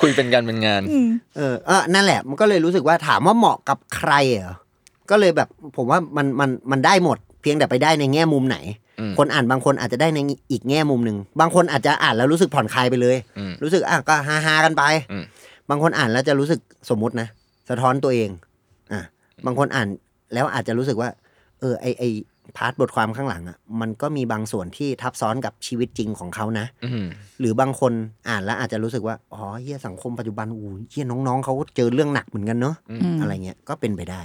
Speaker 4: คุยเป็นการเป็นงาน
Speaker 3: อืม
Speaker 5: เออเออนั่นแหละ มันก็เลยรู้สึกว่าถามว่าเหมาะกับใครเหรอ ก็เลยแบบผมว่ามันมันมันได้หมด เพียงแต่ไปได้ในแง่มุมไหน
Speaker 4: อืม
Speaker 5: คนอ่านบางคนอาจจะได้ในอีกแง่มุมหนึ่ง บางคนอาจจะอ่านแล้วรู้สึกผ่อนคลายไปเลย
Speaker 4: อืม
Speaker 5: รู้สึกอ่ะก็ฮาฮาๆกันไป
Speaker 4: อืม
Speaker 5: บางคนอ่านแล้วจะรู้สึกสมมตินะ สะท้อนตัวเอง อ่ะ บางคนอ่านแล้วอาจจะรู้สึกว่า เออไอไอพาร์ทบทความข้างหลังอ่ะ มันก็มีบางส่วนที่ทับซ้อนกับชีวิตจริงของเขานะ
Speaker 4: อืม
Speaker 5: หรือบางคนอ่านแล้วอาจจะรู้สึกว่า อ๋อเฮียสังคมปัจจุบันอู้เฮียน้องๆเขาเจอเรื่องหนักเหมือนกันเนอะ
Speaker 4: อื
Speaker 3: ม
Speaker 5: อะไรเงี้ยก็เป็นไปได้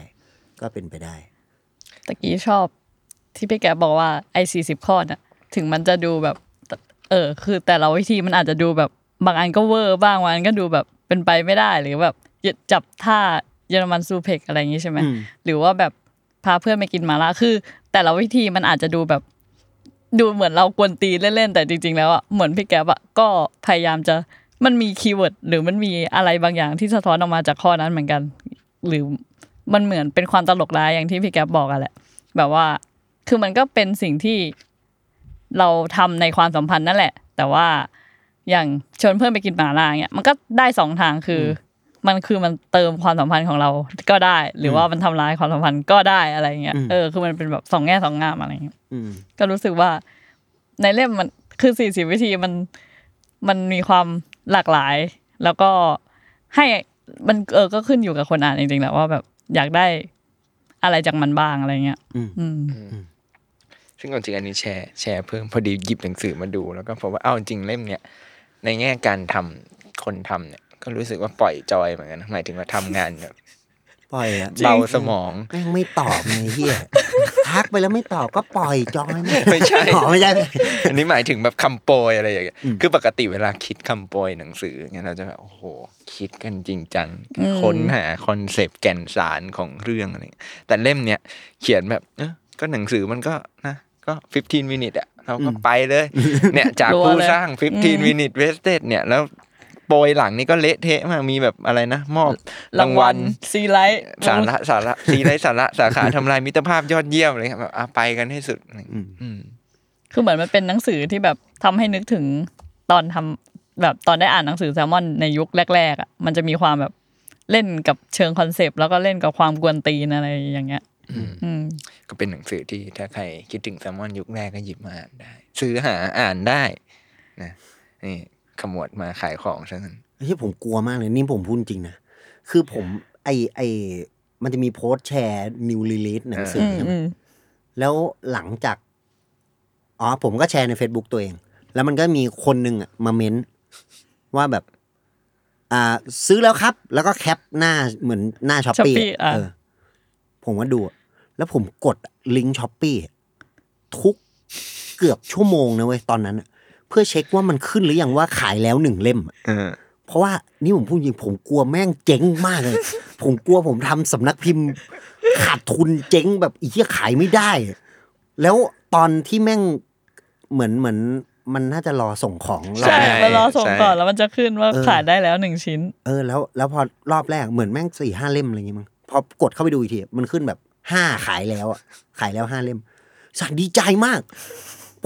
Speaker 5: ก็เป็นไปได้
Speaker 3: ตะกี้ชอบที่พี่แกบอกว่าไอ้สี่สิบข้อน่ะถึงมันจะดูแบบ เออ คือแต่ละวิธีมันอาจจะดูแบบบางอันก็เวอร์บ้างบางอันก็ดูแบบเป็นไปไม่ได้หรือแบบจับท่าเยอรมันซูเพ็กอะไรอย่างงี้ใช่ไหม
Speaker 5: อืม
Speaker 3: หรือว่าแบบพาเพื่อนไปกินมาล่าคือ แต่ละวิธีมันอาจจะดูแบบ ดูเหมือนเรากวนตีนเล่นๆแต่จริง ๆ แล้วอ่ะเหมือนพี่แกบอะก็พยายามจะมันมีคีย์เวิร์ดหรือมันมีอะไรบางอย่างที่สะท้อนออกมาจากข้อนั้นเหมือนกัน หรือมันเหมือนเป็นความตลกร้ายอย่างที่พี่แกบบอกอะแหละ แบบว่า คือมันก็เป็นสิ่งที่เราทำในความสัมพันธ์นั่นแหละ แต่ว่าอย่างชวนเพื่อนไปกินหมาล่าเนี่ยมันก็ได้สองทางคืออมันคือมันเติมความสัมพันธ์ของเราก็ได้ หรือว่ามันทำร้ายความสัมพันธ์ก็ได้อะไรเงี้ย
Speaker 5: อืม
Speaker 3: เออคือมันเป็นแบบสองแง่สองงามอะไรเงี้ย
Speaker 5: อืม
Speaker 3: ก็รู้สึกว่าในเล่มมันคือสี่สิบวิธีมันมันมีความหลากหลาย แล้วก็ให้มันเออก็ขึ้นอยู่กับคนอ่านจริงๆแหละว่าแบบอยากได้อะไรจากมันบ้างอะไรเงี้ย
Speaker 5: อืม
Speaker 3: อืม
Speaker 4: ซึ่งเอาจริงอันนี้แชร์แชร์เพิ่มพอดีหยิบหนังสือมาดูแล้วก็พบว่าเอาจริงเล่มเนี้ยในแง่การทำคนทำเนี่ยก็รู้สึกว่าปล่อยจอยเหมือนกันนะหมายถึงว่าทำงานแบบ
Speaker 5: ปล่อยอะ
Speaker 4: เบาสมอง
Speaker 5: แม่งไม่ตอบเลยเฮีย ทักไปแล้วไม่ตอบก็ปล่อยจอย
Speaker 4: ไม่ใช่
Speaker 5: อ๋อไม่ใช่
Speaker 4: อันนี้หมายถึงแบบคำโปรยอะไรอย่างเงี้ย
Speaker 5: อืม
Speaker 4: คือปกติเวลาคิดคำโปรยหนังสือเงี้ยเราจะแบบโอ้โห คิดกันจริงจัง
Speaker 3: อืม
Speaker 4: ค้นหาคอนเซปต์แก่นสารของเรื่องอะไรเงี้ยแต่เล่มเนี้ยเขียนแบบเอะก็หนังสือมันก็นะก็ 15 minute อะเราก็ไปเลย เนี่ยจาก
Speaker 3: รัว
Speaker 4: ผู้
Speaker 3: เลย
Speaker 4: สร้าง
Speaker 3: อืม
Speaker 4: 15 minute wasted เนี่ยแล้วโปรยหลังนี่ก็เละเทะมากมีแบบอะไรนะ มอบรางวัล
Speaker 3: ซีไลท์
Speaker 4: สาระสาระ สีไรสาระสาขาทำลายมิตรภาพยอดเยี่ยมอะไรเลยครับแบบอ่ะไปกันให้สุดอะไรเงี้ยอืม
Speaker 3: คือเหมือนมันเป็นหนังสือที่แบบทำให้นึกถึงตอนทำแบบตอนได้อ่านหนังสือแซลมอนในยุคแรกๆอ่ะมันจะมีความแบบเล่นกับเชิงคอนเซปต์แล้วก็เล่นกับความกวนตีนอะไรอย่างเงี้ย อืม
Speaker 4: ก็เป็นหนังสือที่ถ้าใครคิดถึงแซลมอนยุคแรกก็หยิบมาอ่านได้ ซื้อหาอ่านได้นะนี่ขมวดมาขายของซะงั้น
Speaker 5: ที่ผมกลัวมากเลยนี่ผมพูดจริงนะ คือผมไอไอมันจะมีโพสต์แชร์นิวรีลิสหนังสือ
Speaker 3: อืม
Speaker 5: อใช่ไหม
Speaker 3: อืม
Speaker 5: แล้วหลังจาก อ๋อ ผมก็แชร์ใน Facebook ตัวเอง แล้วมันก็มีคนหนึ่งอะมาเม้นว่าแบบ อ่า ซื้อแล้วครับ แล้วก็แคปหน้าเหมือนหน้าช้อปปี้
Speaker 3: Shopee อ่ะ
Speaker 5: เออ ผมก็ดูอะแล้วผมกดลิงก์ช้อปปี้ทุกเกือบชั่วโมงนะเว้ย ตอนนั้นอะเพื่อเช็คว่ามันขึ้นหรือยังว่าขายแล้วหนึ่งเล่มอะ
Speaker 4: เออ
Speaker 5: เพราะว่านี่ผมพูดจริงผมกลัวแม่งเจ๊งมากเลย ผมกลัวผมทำสำนักพิมพ์ ขาดทุนเจ๊งแบบอีกที่ขายไม่ได้ แล้วตอนที่แม่งเหมือนเหมือน มันน่าจะรอส่งของรอบ
Speaker 3: ใช่
Speaker 5: แรก
Speaker 3: มันรอส่ง
Speaker 4: ใช่
Speaker 3: ก่อนแล้วมันจะขึ้นว่า
Speaker 5: เออ
Speaker 3: ขายได้แล้วหนึ่งชิ้น
Speaker 5: เออแล้วแล้วพอรอบแรกเหมือนแม่งสี่ห้าเล่มอะไรอย่างงี้มั้งพอกดเข้าไปดูอีกทีมันขึ้นแบบห้าขายแล้วอะขายแล้วห้าเล่มสัตว์ดีใจมาก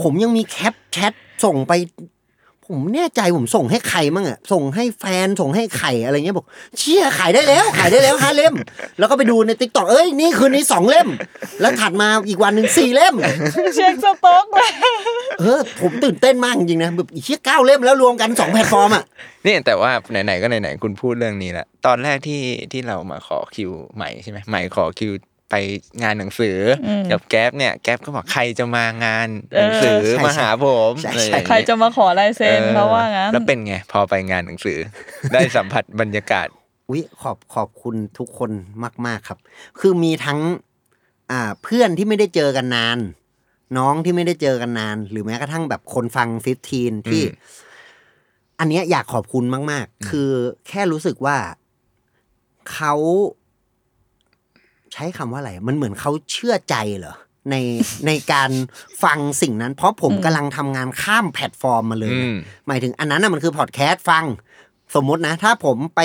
Speaker 5: ผมยังมีแคปแชทส่งไป ผมไม่แน่ใจผมส่งให้ใครมั่งอะส่งให้แฟนส่งให้ไข่อะไรเงี้ยบอกเชี่ยขายได้แล้ว ขายได้แล้วห้าเล่ม แล้วก็ไปดูในติ๊กต็อกเอ้ยนี่คืนนี้สองเล่ม แล้วถัดมาอีกวันหนึ่งสี่เล่ม
Speaker 3: เช็คสต็อกเลย
Speaker 5: เออผมตื่นเต้นมากจริงๆนะแบบไอ้เชี่ยเก้าเล่มแล้วรวมกันสองแพลตฟอร์มอะ
Speaker 4: นี่แต่ว่าไหนๆก็ไหนๆคุณพูดเรื่องนี้ละตอนแรกที่ที่เรามาขอคิวใหม่ใช่ไหมใหม่ขอคิวไปงานหนังสืออกับแก๊ปเนี่ยแก๊ปก็บอกใครจะมางานหนังสือ
Speaker 5: เออใช่
Speaker 4: มาหาผม
Speaker 5: ใช่
Speaker 4: อ
Speaker 5: ใช่
Speaker 4: ไอย่างเงี้ย
Speaker 3: ใครจะมาขอลายเซ็น
Speaker 4: ออ
Speaker 3: เขาว่างั้น
Speaker 4: แล้วเป็นไงพอไปงานหนังสือ ได้สัมผัสบรรยากาศ
Speaker 5: อุ๊ยขอบขอบคุณทุกคนมาก ๆครับ คือมีทั้ง อ่าเพื่อนที่ไม่ได้เจอกันนาน น้องที่ไม่ได้เจอกันนาน หรือแม้กระทั่งแบบคนฟัง15ที่
Speaker 4: อืม
Speaker 5: อันเนี้ยอยากขอบคุณมาก ๆ คือแค่รู้สึกว่าเขา ใช้คำว่าอะไร มันเหมือนเขาเชื่อใจเหรอในในการฟังสิ่งนั้น เพราะผมกำลังทำงานข้ามแพลตฟอร์มมาเลย
Speaker 4: อืม
Speaker 5: หมายถึงอันนั้นน่ะมันคือพอดแคสต์ฟัง สมมุตินะ ถ้าผมไป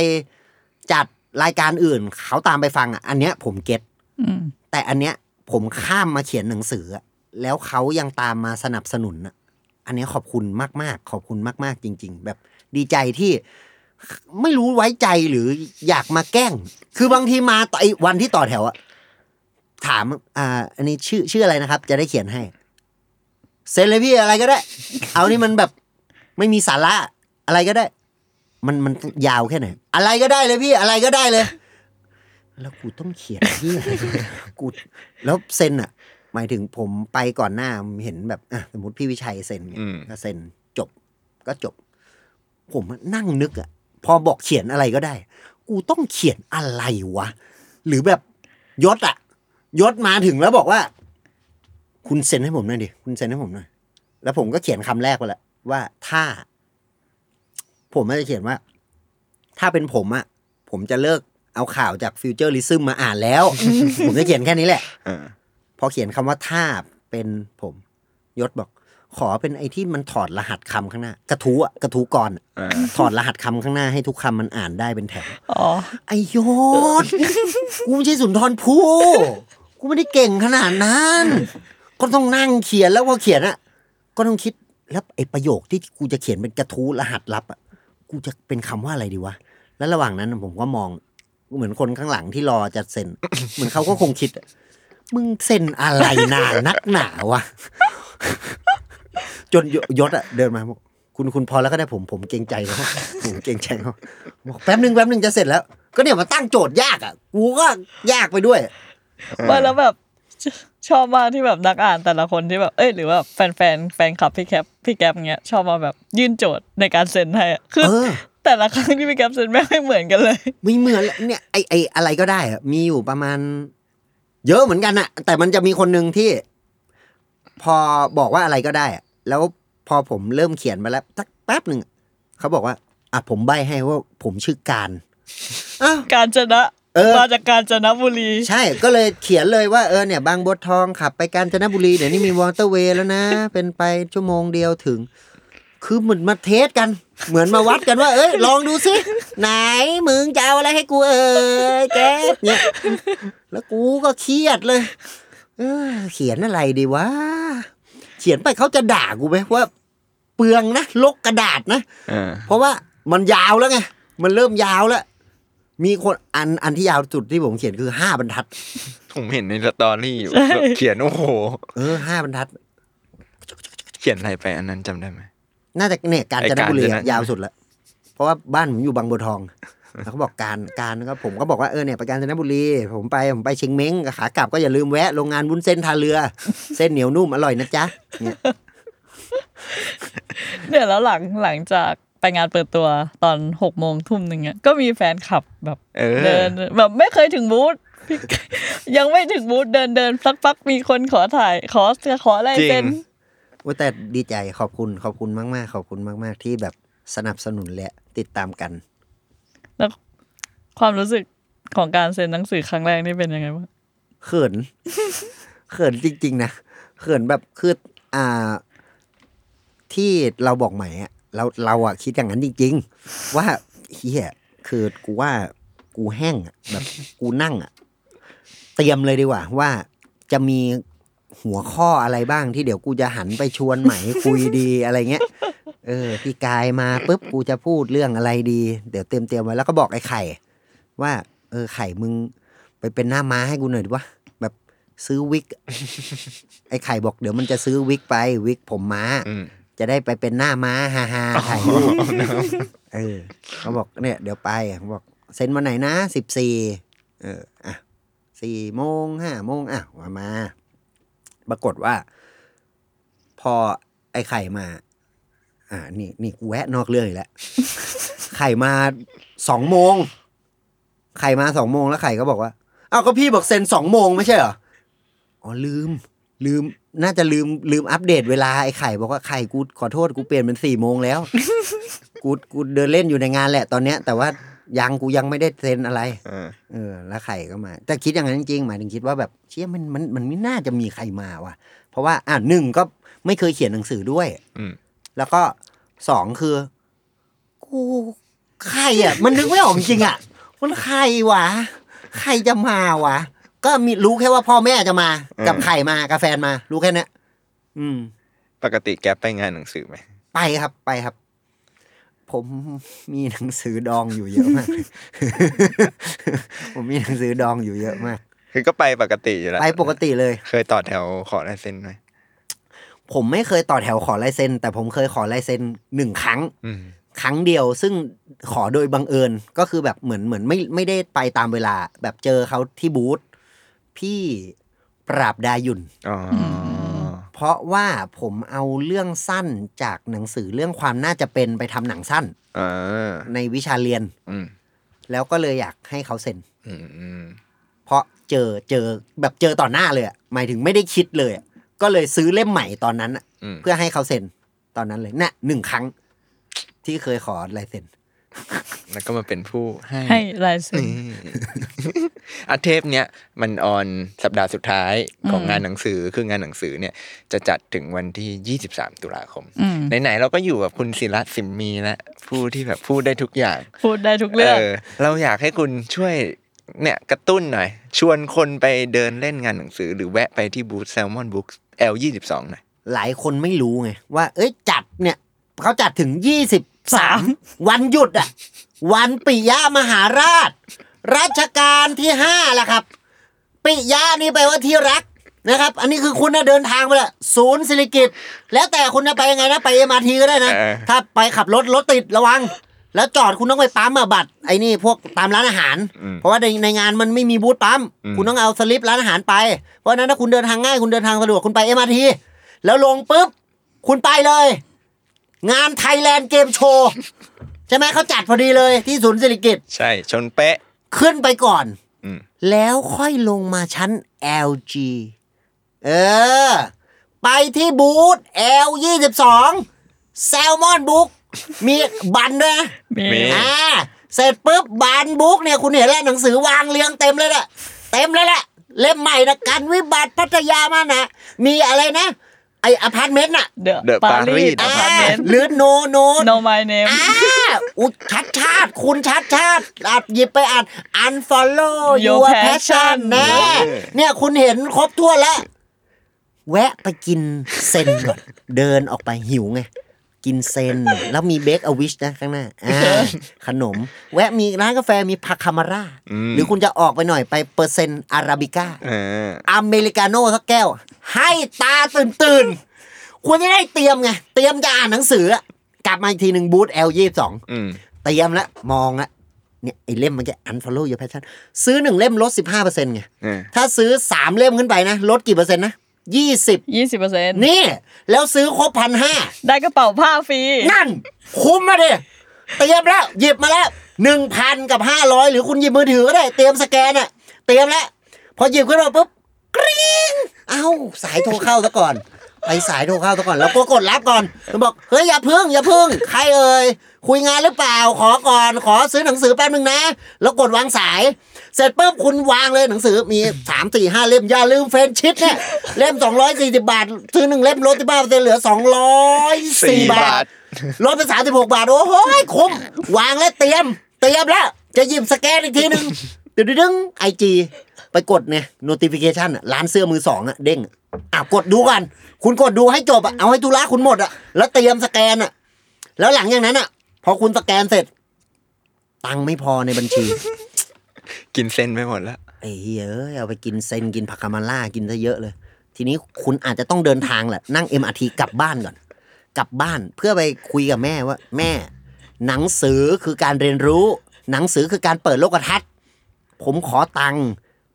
Speaker 5: จัดรายการอื่น เขาตามไปฟังอ่ะอันเนี้ยผมเก็ต
Speaker 3: อืม
Speaker 5: แต่อันเนี้ยผมข้ามมาเขียนหนังสืออะแล้วเขายังตามมาสนับสนุนอ่ะอันเนี้ยขอบคุณมาก ๆ ขอบคุณมาก ๆ จริง ๆ แบบดีใจที่ ไม่รู้ไว้ใจหรืออยากมาแกล้ง คือบางทีมาต่อไอ้วันที่ต่อแถวอะถามอ่า อันนี้ชื่อชื่ออะไรนะครับ จะได้เขียนให้ เซ็นเลยพี่อะไรก็ได้ เอานี่มันแบบไม่มีสาระอะไรก็ได้ มันมันยาวแค่ไหนอะไรก็ได้เลยพี่อะไรก็ได้เลย แล้วกูต้องเขียนที่อะไรกูแล้วเซ็นอะหมายถึงผมไปก่อนหน้าผมเห็นแบบอ่ะสมมติพี่วิชัยเซ็นเนี่ย
Speaker 4: อืม
Speaker 5: ก็เซ็นจบ ก็จบ ผมอะนั่งนึกอะพอบอกเขียนอะไรก็ได้ กูต้องเขียนอะไรวะ หรือแบบยศอะยศมาถึงแล้วบอกว่า คุณเซ็นให้ผมหน่อยดิคุณเซ็นให้ผมหน่อยแล้วผมก็เขียนคำแรกไปและว่าถ้า ผมก็จะเขียนว่า ถ้าเป็นผมอะผมจะเลิกเอาข่าวจากฟิวเจอร์ลิซึมมาอ่านแล้ว ผมจะเขียนแค่นี้แหละ
Speaker 4: อ่า
Speaker 5: พอเขียนคำว่าถ้าเป็นผมยศบอก ขอเป็นไอ้ที่มันถอดรหัสคำข้างหน้า กระทู้อะกระทู้ก่อนอะ
Speaker 4: อ่า
Speaker 5: ถอดรหัสคำข้างหน้าให้ทุกคำมันอ่านได้เป็นแถว
Speaker 3: อ๋อ
Speaker 5: ไอยศ กูไม่ใช่สุนทรภู่กูไม่ได้เก่งขนาดนั้น ก็ต้องนั่งเขียนแล้วพอเขียนอ่ะ ก็ต้องคิดแล้วไอประโยคที่กูจะเขียนเป็นกระทู้รหัสลับอ่ะ กูจะเป็นคำว่าอะไรดีวะ แล้วระหว่างนั้นผมก็มอง เหมือนคนข้างหลังที่รอจะเซ็น เหมือนเขาก็คงคิดอะมึงเซ็นอะไรนานนักหนาวะ จนยยศอะเดินมาบอกคุณคุณพอแล้วก็ได้ผมผมเกรงใจแล้ว ผมเกรงใจเขาบอกแป๊บหนึ่งแป๊บหนึ่งจะเสร็จแล้ว ก็เนี่ยมาตั้งโจทย์ยากอะกูก็ยากไปด้วย
Speaker 3: ว่าแล้วแบบ ชชอบมากที่แบบนักอ่านแต่ละคนที่แบบเอ้ยหรือว่าแฟนแฟนแฟนคลับพี่แคปพี่แกปเงี้ยชอบมาแบบยื่นโจทย์ในการเซ็นให้อะคือ
Speaker 5: เออ
Speaker 3: แต่ละครั้งที่พี่แกปเซ็นแม่งไม่เหมือนกันเลย
Speaker 5: ไม่เหมือนเลยเนี่ยไอไออะไรก็ได้อะมีอยู่ประมาณ เยอะเหมือนกันอะแต่มันจะมีคนหนึ่งที่ พอบอกว่าอะไรก็ได้อะแล้วพอผมเริ่มเขียนไปแล้วสักแป๊บหนึ่งอะเขาบอกว่าอ่ะผมใบให้ว่าผมชื่อการอ้าว
Speaker 3: การจนะ
Speaker 5: เออ
Speaker 3: มาจากการจนะบุรี
Speaker 5: ใช่ ก็เลยเขียนเลยว่าเออเนี่ยบางบัวทองขับไปกาญจนบุรีเดี๋ยวนี้มีวอเตอร์เวย์แล้วนะ เป็นไปชั่วโมงเดียวถึง คือเหมือนมาเทสกัน เหมือนมาวัดกันว่า เอ้ยลองดูสิไหนมึงจะเอาอะไรให้กูเอ้ยแกปเนี่ย แล้วกูก็เครียดเลย เออ เขียนอะไรดีวะเขียนไปเขาจะด่ากูไหมว่า เปลืองนะลกกระดาษนะ
Speaker 4: อ่า
Speaker 5: เพราะว่ามันยาวแล้วไง มันเริ่มยาวแล้ว มีคนอันอันที่ยาวสุดที่ผมเขียนคือห้าบรรทัด
Speaker 4: ผมเห็นในสตอรี่อยู่แบบเขียนโอ้โห
Speaker 5: เออห้าบรรทัด
Speaker 4: เขียนอะไรไปอันนั้นจำได้ไหม
Speaker 5: น่าจะเนี่ยการจนบุรี
Speaker 4: ไอ้กาญจ
Speaker 5: อะ
Speaker 4: น
Speaker 5: ยาวสุดละเพราะว่าบ้านผมอยู่บางบัวทอง แล้วเขาบอกการการก็ผมก็บอกว่าเออเนี่ยไปกาญจนบุรี ผมไปผมไปเชียงเม้งขากลับก็อย่าลืมแวะโรงงานวุ้นเส้นทาเรือ เส้นเหนียวนุ่มอร่อยนะจ๊ะเนี่ย
Speaker 3: เนี่ยแล้วหลังหลังจากไปงานเปิดตัวตอนหกโมงทุ่มหนึ่งอะก็มีแฟนคลับแบบ
Speaker 4: เออ
Speaker 3: เดินแบบไม่เคยถึงบูธ พี่ยังไม่ถึงบูธเดินเดินสักพักมีคนขอถ่าย ขอขออะไรเซ็น
Speaker 4: จริง
Speaker 5: โอ้ยแต่ดีใจขอบคุณขอบคุณมากๆ ขอบคุณมาก ๆ ที่แบบสนับสนุนและติดตามกัน
Speaker 3: แล้วความรู้สึกของการเซ็นหนังสือครั้งแรกนี่เป็นยังไงบ้าง
Speaker 5: เขิน เขินจริง ๆ นะ เขินแบบคืออ่า ที่เราบอกใหม่อะเราเราอะคิดอย่างนั้นจริง ๆ ว่าเฮียคือกูว่ากูแห้งอะแบบกูนั่งอะเตรียมเลยดีกว่า ว่าจะมีหัวข้ออะไรบ้างที่เดี๋ยวกูจะหันไปชวนใหม่ คุยดีอะไรเงี้ย เออ พี่กายมาปุ๊บกูจะพูดเรื่องอะไรดี เดี๋ยวเตรียมเตรียมไว้แล้วก็บอกไอ้ไข่ ว่า เออไข่มึง ไปเป็นหน้าม้าให้กูหน่อยดิวะแบบซื้อวิก ไอ้ไข่บอกเดี๋ยวมันจะซื้อวิกไปวิกผมม้า
Speaker 4: อืม
Speaker 5: จะได้ไปเป็นหน้าม้าฮ่าฮ่าถ่ายรูปเออเขาบอกเนี่ยเดี๋ยวไปเขาบอกเซ็นวันไหนนะสิบสี่เอออ่ะสี่โมงห้าโมงอ่ะมามา ปรากฏว่า พอไอ้ไข่มา อ่า นี่นี่กูแวะนอกเรื่องอีกแล้ว ไข่มาสองโมง ไข่มาสองโมงแล้วไข่ก็บอกว่า เอ้าวก็พี่บอกเซ็นสองโมงไม่ใช่เหรอ อ๋อลืม ลืม น่าจะลืมลืมอัปเดตเวลาไอ้ไข่บอกว่าไข่กูขอโทษกูเปลี่ยนเป็นสี่โมงแล้ว กูกูเดินเล่นอยู่ในงานแหละตอนเนี้ย แต่ว่า ยังกูยังไม่ได้เซ็นอะไร
Speaker 4: เออ
Speaker 5: เออแล้วใครก็มา แต่คิดอย่างนั้นจริงๆหมายถึงคิดว่าแบบเชี่ยมันมันมันไม่น่าจะมีใครมาว่ะ เพราะว่าอ่ะหนึ่งก็ไม่เคยเขียนหนังสือด้วย
Speaker 4: อืม
Speaker 5: แล้วก็สองคือ กูใครอ่ะ มันนึกไม่ออกจริงๆอ่ะมันใครวะใครจะมาวะ ก็มีรู้แค่ว่าพ่อแม่จะมา กับไข่มากาแฟนมา รู้แค่เนี้ยอืม
Speaker 4: ปกติแก๊ปไปงานหนังสือไหม
Speaker 5: ไปครับไปครับ ผมมีหนังสือดองอยู่เยอะมาก ผมมีหนังสือดองอยู่เยอะมาก
Speaker 4: คือก็ไปปกติอยู่แล้ว
Speaker 5: ไปปกติเลย
Speaker 4: เคยต่อแถวขอลายเซ็นไหม
Speaker 5: ผมไม่เคยต่อแถวขอลายเซ็นแต่ผมเคยขอลายเซ็นหนึ่งครั้ง
Speaker 4: อืม
Speaker 5: ครั้งเดียว ซึ่งขอโดยบังเอิญก็คือแบบเหมือนเหมือนไม่ไม่ได้ไปตามเวลา แบบเจอเขาที่บูธพี่ปราบดายุน
Speaker 4: อ๋อ
Speaker 5: เพราะว่าผมเอาเรื่องสั้นจากหนังสือเรื่องความน่าจะเป็นไปทำหนังสั้น
Speaker 4: เออ
Speaker 5: ในวิชาเรียน
Speaker 4: อืม
Speaker 5: แล้วก็เลยอยากให้เขาเซ็น
Speaker 4: อืมอืม
Speaker 5: เพราะเจอเจอแบบเจอต่อหน้าเลยอะหมายถึงไม่ได้คิดเลยอะก็เลยซื้อเล่มใหม่ตอนนั้นอะ
Speaker 4: อืม
Speaker 5: เพื่อให้เขาเซ็นตอนนั้นเลยน่ะหนึ่งครั้ง ที่เคยขอลายเซ็น
Speaker 4: แล้วก็มาเป็นผู้ให้
Speaker 3: ให้ลายเซ็น
Speaker 4: นี่ อาเทปเนี้ยมันออนสัปดาห์สุดท้ายของ
Speaker 3: อืม
Speaker 4: งานหนังสือคืองานหนังสือเนี่ย จะจัดถึงวันที่ 23 ตุลาคม
Speaker 3: อืม
Speaker 4: ไหนๆเราก็อยู่กับคุณศิรัตน์สิมมีและผู้ที่แบบพูดได้ทุกอย่าง
Speaker 3: พูดได้ทุกเรื่อง
Speaker 4: เออเราอยากให้คุณช่วยเนี่ยกระตุ้นหน่อย ชวนคนไปเดินเล่นงานหนังสือ หรือแวะไปที่บูธแซลมอนบุ๊ก L22 หน่อย
Speaker 5: หลายคนไม่รู้ไง ว่า เอ้ยจัดเนี่ยเขาจัดถึงยี่สิบสามวันหยุดอ่ะ วันปิยะมหาราช รัชกาลที่ห้าละครับ ปิยะนี่แปลว่าที่รักนะครับ อันนี้คือคุณนะเดินทางไปละศูนย์ศิริกิตแล้วแต่คุณจะไปยังไงนะไปเอ็มอาทีก็ได้นะ
Speaker 4: เออ
Speaker 5: ถ้าไปขับรถรถติดระวัง แล้วจอดคุณต้องไปปั๊มอะบัตรไอ้นี่พวกตามร้านอาหาร
Speaker 4: อืม
Speaker 5: เพราะว่าในในงานมันไม่มีบูธปั๊ม
Speaker 4: อืม
Speaker 5: คุณต้องเอาสลิปร้านอาหารไป เพราะฉะนั้นถ้าคุณเดินทางง่าย คุณเดินทางสะดวก คุณไปเอ็มอาทีแล้วลงปุ๊บ คุณไปเลย งานไทยแลนด์เกมโชว์ ใช่ไหมเขาจัดพอดีเลยที่ศูนย์เศรษฐกิจ
Speaker 4: ใช่ ชนเป๊ะ
Speaker 5: ขึ้นไปก่อน
Speaker 4: อืม
Speaker 5: แล้วค่อยลงมาชั้น LG เออ ไปที่บูธ L22 แซลมอนบุ๊กมีบันด้วยนะ
Speaker 3: มี
Speaker 4: มี เอ๊ะ
Speaker 5: อ่าเสร็จปุ๊บบานบุ๊กเนี่ยคุณเห็นแล้วหนังสือวางเรียงเต็มเลยแหละเต็มเลยแหละเล่มใหม่นะกันวิบัติพัทยามานะมีอะไรนะ ไออพาร์ตเมนต์น่ะ
Speaker 3: เดอะ
Speaker 4: The
Speaker 3: ปารีส
Speaker 4: Paris
Speaker 3: อ
Speaker 5: อ่า
Speaker 3: พาร์ตเมนต์
Speaker 5: หรือโนโน
Speaker 3: No My Name
Speaker 5: อ่าอุยชัดชาติ คุณชัดชาติอัดหยิบไปอัด unfollow
Speaker 3: Your
Speaker 5: your
Speaker 3: passion
Speaker 5: passion แน่เนี่ยคุณเห็นครบทั่วนแล้ว แวะไปกินเซนก่อน เดินออกไปหิวไง กินเซน แล้วมีเบคอวิชนะข้างหน้าอ่าขนม แวะมีร้านกาแฟมีพาคามาร่า
Speaker 4: อืม
Speaker 5: หรือคุณจะออกไปหน่อยไปเปอร์เซ็นต์อาราบิก้า
Speaker 4: เออ
Speaker 5: อเมริกาโน่สักแก้ว ให้ตาตื่นตื่นๆคุณจะได้เตรียมไง เตรียมจะอ่านหนังสืออะกลับมาอีกทีหนึ่งบูธ L ยี่สอง
Speaker 4: อืม
Speaker 5: เตรียมแล้ว มองแล้วเนี่ยไอเล่มเมื่อกี้อันฟอลโล่ยูแพชชั่นซื้อหนึ่งเล่มลดสิบห้าเปอร์เซ็นต์ไง
Speaker 4: เออ
Speaker 5: ถ้าซื้อสามเล่มขึ้นไปนะ ลดกี่เปอร์เซ็นต์นะยี่สิบ
Speaker 3: ยี่สิบเปอร์เซ็นต์
Speaker 5: นี่ แล้วซื้อครบพันห้า
Speaker 3: ได้กระเป๋าผ้าฟรี
Speaker 5: นั่น คุ้มมาดิเตรียมแล้ว หยิบมาแล้วหนึ่งพันกับห้าร้อยหรือคุณหยิบมือถือก็ได้ เตรียมสแกนอะเตรียมแล้ว พอหยิบขึ้นมาปุ๊บกริ๊งเอ้า สายโทรเข้าซะก่อน ไปสายโทรเข้าซะก่อน แล้วก็กดรับก่อนแล้วบอก เฮ้ย อย่าพึ่ง อย่าพึ่ง ใครเอ่ย คุยงานหรือเปล่า ขอก่อน ขอซื้อหนังสือแป๊บนึงนะ แล้วกดวางสาย เสร็จปุ๊บคุณวางเลยหนังสือมีสามสี่ห้าเล่มอย่าลืมเฟรนด์ชิดเนี่ยเล่มสองร้อยสี่สิบบาท ซื้อหนึ่งเล่มลดที่บ้านเปอร์เซ็นต์เหลือสองร้อยสี่บาท ลดไปสามสิบหกบาท โอ้โหคุ้ม วางแล้วเตรียม เตรียมแล้ว จะหยิบสแกนอีกทีหนึ่งดึงดึงไอจีไปกดเนี่ย notification อะร้านเสื้อมือสองอะเด้งอะอ่ะกดดูกัน คุณกดดูให้จบอะเอาให้ธุระคุณหมดอะแล้วเตรียมสแกนอะแล้วหลังอย่างนั้นอะพอคุณสแกนเสร็จ ตังค์ไม่พอในบัญชี
Speaker 4: กินเส้นไปหมดแล้ว
Speaker 5: ไอ้เฮ้ยเอ้ยเอาไปกินเซนกินผักกามาล่ากินซะเยอะเลย ทีนี้คุณอาจจะต้องเดินทางแหละ นั่ง MRT กลับบ้านก่อน กลับบ้านเพื่อไปคุยกับแม่ว่า แม่ หนังสือคือการเรียนรู้ หนังสือคือการเปิดโลกทัศน์ ผมขอตังค์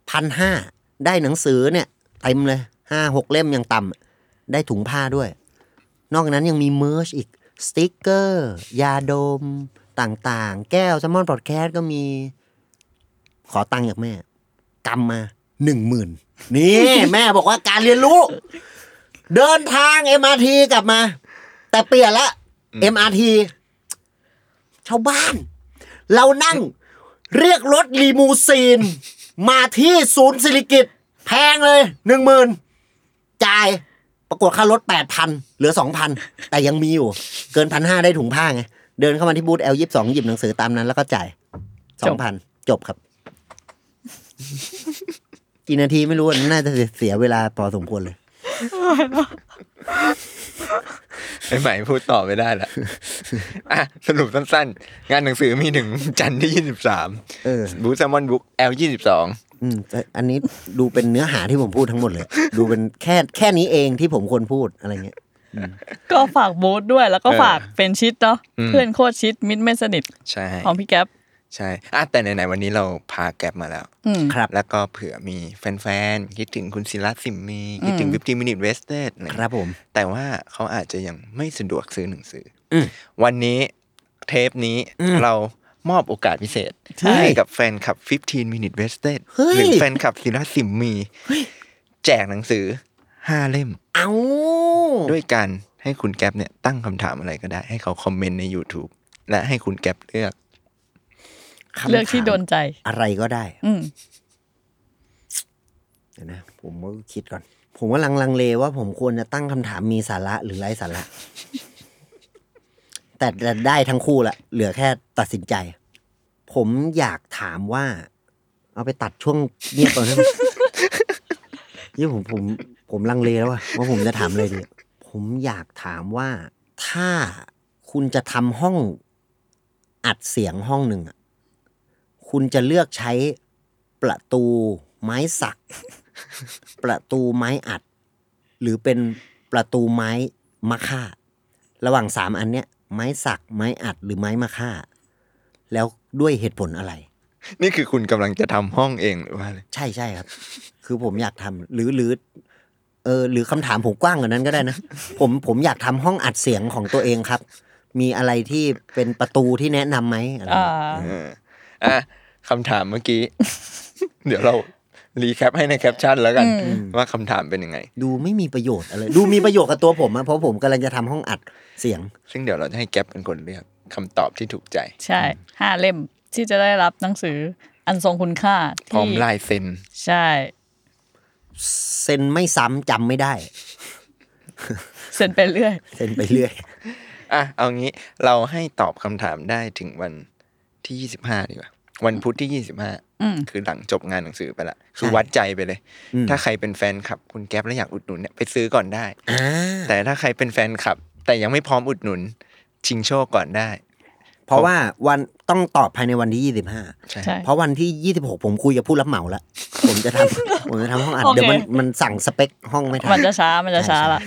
Speaker 5: พันห้าได้หนังสือเนี่ยเต็มเลยห้าหกเล่มยังต่ำได้ถุงผ้าด้วย นอกจากนั้นยังมีเมอร์ชอีก สติกเกอร์ ยาดม ต่างๆ แก้วแซมมอนพอดแคสต์ก็มี ขอตังค์จากแม่ กำมาหนึ่งหมื่นนี่ แม่บอกว่าการเรียนรู้ เดินทาง MRT กลับมา แต่เปลี่ยนละ MRT ชาวบ้าน เรานั่ง เรียกรถลีมูซีน มาที่ศูนย์สิริกิตแพงเลยหนึ่งหมื่นจ่ายปรากฏค่ารถแปดพันเหลือสองพันแต่ยังมีอยู่ เกินพันห้าได้ถุงผ้าไง เดินเข้ามาที่บูธ L ยี่สองหยิบหนังสือตามนั้นแล้วก็จ่ายส
Speaker 3: จ
Speaker 5: อง
Speaker 3: บ
Speaker 5: พันจบครับ กี่นาทีไม่รู้น่าจะเสียเวลาพอสมควรเลย
Speaker 4: ไม่ไหวพูดต่อไม่ได้ละ อ่ะสรุปสั้นๆ งานหนังสือมีถึงจันทร์ที่
Speaker 5: เออ
Speaker 4: 23บูธแซมมอนบุ๊ก L 22
Speaker 5: อืมแต่อันนี้ดูเป็นเนื้อหาที่ผมพูดทั้งหมดเลย ดูเป็นแค่แค่นี้เองที่ผมควรพูดอะไรเงี้ย
Speaker 3: ก็ฝากบูธด้วยแล้วก็ฝากเป็นชิดเนาะเพื่อนโคตรชิดมิตรไม่สนิท
Speaker 4: ใช่
Speaker 3: ของพี่แก๊ป
Speaker 4: ใช่อ่ะแต่ไหนๆวันนี้เราพาแกร็บมาแล้ว
Speaker 3: อืม
Speaker 5: ครับ
Speaker 4: แล้วก็เผื่อมีแฟนๆ คิดถึงคุณศิลัสิมมี คิดถึง
Speaker 3: อืม
Speaker 4: 50 minute wasted อะไเงี้ย
Speaker 5: ครับผม
Speaker 4: แต่ว่าเขาอาจจะยังไม่สะดวกซื้อหนังสืออวันนี้เทปนี้เรามอบโอกาสพิเศษ
Speaker 5: ใช่
Speaker 4: ให้กับแฟนคลับ 15 minute wasted
Speaker 5: เฮ้ย
Speaker 4: หรือแฟนคลับศิลาสิมมี แจกหนังสือ 5 เล่ม
Speaker 5: เอา
Speaker 4: ด้วยการให้คุณแก๊ปเนี่ยตั้งคำถามอะไรก็ได้ ให้เขาคอมเมนต์ใน YouTube และให้คุณแก๊ปเลือก
Speaker 5: คำถาม
Speaker 3: เลือกที่โดนใจ
Speaker 5: อะไรก็ได้
Speaker 3: อืม
Speaker 5: เดี๋ยวนะผมก็คิดก่อน ผมกำลังลังเลว่าผมควรจะตั้งคำถามมีสาระหรือไร้สา ระ แต่แต่ได้ทั้งคู่ละเหลือแค่ตัดสินใจ ผมอยากถามว่า เอาไปตัดช่วงเงียบตอนนั้น นี่ผมผมผมลังเลแล้วอะว่าผมจะถามอะไรดี ผมอยากถามว่าถ้าคุณจะทำห้องอัดเสียงห้องหนึ่งอะคุณจะเลือกใช้ประตูไม้สัก ประตูไม้อัด หรือเป็นประตูไม้มะค่า ระหว่างสามอันเนี้ย ไม้สัก ไม้อัดหรือไม้มะค่า แล้วด้วยเหตุผลอะไร
Speaker 4: นี่คือคุณกำลังจะทำห้องเองหรือว่าอะไร
Speaker 5: ใช่ใช่ครับ คือผมอยากทำหรือหรือ เออ หรือคำถามผมกว้างกว่านั้นก็ได้นะ ผมผมอยากทำห้องอัดเสียงของตัวเองครับ มีอะไรที่เป็นประตูที่แนะนำไหมอะไร
Speaker 3: อ่า
Speaker 4: เอออ่ะคำถามเมื่อกี้ เดี๋ยวเรารีแคปให้ในแคปชั่นแล้วกัน
Speaker 3: อืม
Speaker 4: ว่าคำถามเป็นยังไง
Speaker 5: ดูไม่มีประโยชน์อะไร ดูมีประโยชน์กับตัวผมอะเพราะผมกำลังจะทำห้องอัดเสียง
Speaker 4: ซึ่งเดี๋ยวเราจะให้แก๊ปเป็นคนเลือกคำตอบที่ถูกใจ
Speaker 3: ใช่ห้าเล่มที่จะได้รับหนังสืออันทรงคุณค่า
Speaker 4: พร้อ
Speaker 3: ที่
Speaker 4: มลายเซ็น
Speaker 3: ใช่
Speaker 5: เซ็นไม่ซ้ำจำไม่ได้
Speaker 3: เซ็นไปเรื่อย
Speaker 5: เซ็นไปเรื่อย
Speaker 4: อ่ะ เอางี้เราให้ตอบคำถามได้ถึงวันที่ 25 ดีกว่า วันพุธที่
Speaker 3: อืม
Speaker 4: 25 คือหลังจบงานหนังสือไปละ คือ
Speaker 5: ใช่
Speaker 4: วัดใจไปเลย
Speaker 5: อืม
Speaker 4: ถ้าใครเป็นแฟนคลับ คุณแก๊ปแล้วอยากอุดหนุนเนี่ยไปซื้อก่อนได้
Speaker 5: อ่า
Speaker 4: แต่ถ้าใครเป็นแฟนคลับ แต่ยังไม่พร้อมอุดหนุน ชิงโชคก่อนได้
Speaker 5: เพราะว่าวันต้องตอบภายในวันที่ยี่สิบห้า
Speaker 4: ใช่
Speaker 3: ใช่
Speaker 5: เพราะวันที่ยี่สิบหกผมคุยกับผู้รับเหมาแล้วผมจะท ำ ผมจะทำห้องอัด เดี๋ยวมัน
Speaker 3: โอเค
Speaker 5: มันสั่งสเปคห้องไม่ทั
Speaker 3: มัน
Speaker 5: น
Speaker 3: จะช้ามันจะช้าละ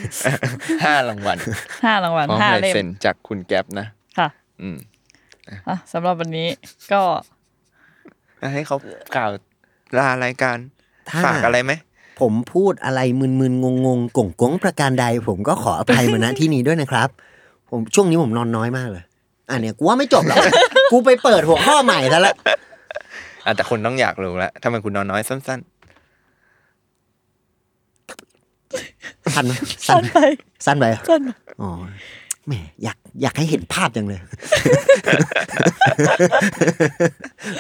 Speaker 4: ห้ารางวัล
Speaker 3: ห้ารางวัล
Speaker 4: พร้อม
Speaker 3: ห้า
Speaker 4: ลาย
Speaker 3: เล่ม
Speaker 4: เซ็นจากคุณแก๊ปนะ
Speaker 3: ค่ะ
Speaker 4: อืม
Speaker 3: อ่ะสำหรับวันนี้ก็
Speaker 4: อ่ะให้เขากล่าวลารายการ
Speaker 5: ถ้า
Speaker 4: ฝากอะไรไหม
Speaker 5: ผมพูดอะไรมึนๆ งงๆก่งกงๆประการใด ผมก็ขออภัยมาณที่นี้ด้วยนะครับ ผมช่วงนี้ผมนอนน้อยมากเลยอันเนี้ยกูว่าไม่จบ หรอก กูไปเปิดหัวข้อใหม่ซะละ
Speaker 4: อ่ะแต่คนต้องอยากรู้ละทำไมคุณนอนน้อยสั้น
Speaker 5: สั้นไหมสั้
Speaker 3: สั้
Speaker 5: น
Speaker 3: น
Speaker 5: ไหม
Speaker 3: ไป
Speaker 5: สั้นไปเหรอ
Speaker 3: สั้นไป
Speaker 5: อ๋อแหมอยากอยากให้เห็นภาพจังเลย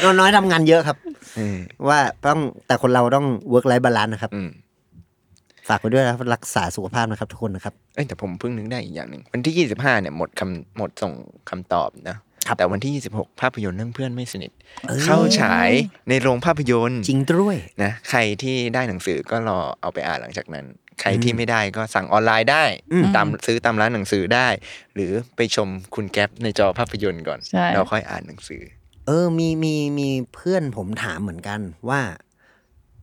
Speaker 5: นอนน้อยทำงานเยอะครับ
Speaker 4: ๆ อืม
Speaker 5: ว่าต้องแต่คนเราต้อง work life balance นะครับ
Speaker 4: อืม
Speaker 5: ฝากไว้ด้วยนะครับรักษาสุขภาพนะครับทุกคนนะครับ
Speaker 4: เอ้ยแต่ผมเพิ่งนึกได้อีกอย่างหนึ่งวันที่ 25 เนี่ยหมดคำหมดส่งคำตอบนะครับ แต่วันที่ 26 ภาพยนตร์เรื่องเพื่อนไม่สนิท เข้าฉายในโรงภาพยนตร์
Speaker 5: จริงด้วย
Speaker 4: นะใครที่ได้หนังสือก็รอเอาไปอ่านหลังจากนั้น ใครที่ไม่ได้ก็สั่งออนไลน์ได้ตามซื้อตามร้านหนังสือได้ หรือไปชมคุณแก๊ปในจอภาพยนตร์ก่อน
Speaker 3: ใช่
Speaker 4: เราค่อยอ่านหนังสือ
Speaker 5: เออมีมีมีเพื่อนผมถามเหมือนกันว่า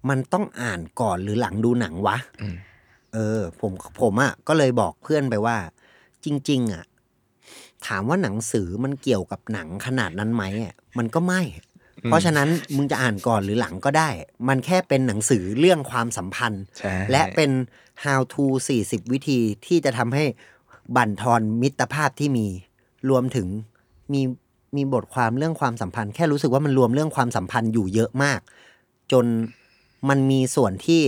Speaker 5: มันต้องอ่านก่อนหรือหลังดูหนังวะ
Speaker 4: อืม
Speaker 5: เออ ผมผมอะ่ะก็เลยบอกเพื่อนไปว่า จริง ๆอะ่ะถามว่าหนังสือมันเกี่ยวกับหนังขนาดนั้นไหมอะมันก็ไม่ เพราะฉะนั้นมึงจะอ่านก่อนหรือหลังก็ได้ มันแค่เป็นหนังสือเรื่องความสัมพันธ์
Speaker 4: ใช่
Speaker 5: และเป็น how to 40 วิธีที่จะทำให้บั่นทอนมิตรภาพที่มี รวมถึงมีมีบทความเรื่องความสัมพันธ์ แค่รู้สึกว่ามันรวมเรื่องความสัมพันธ์อยู่เยอะมาก จนมันมีส่วนที่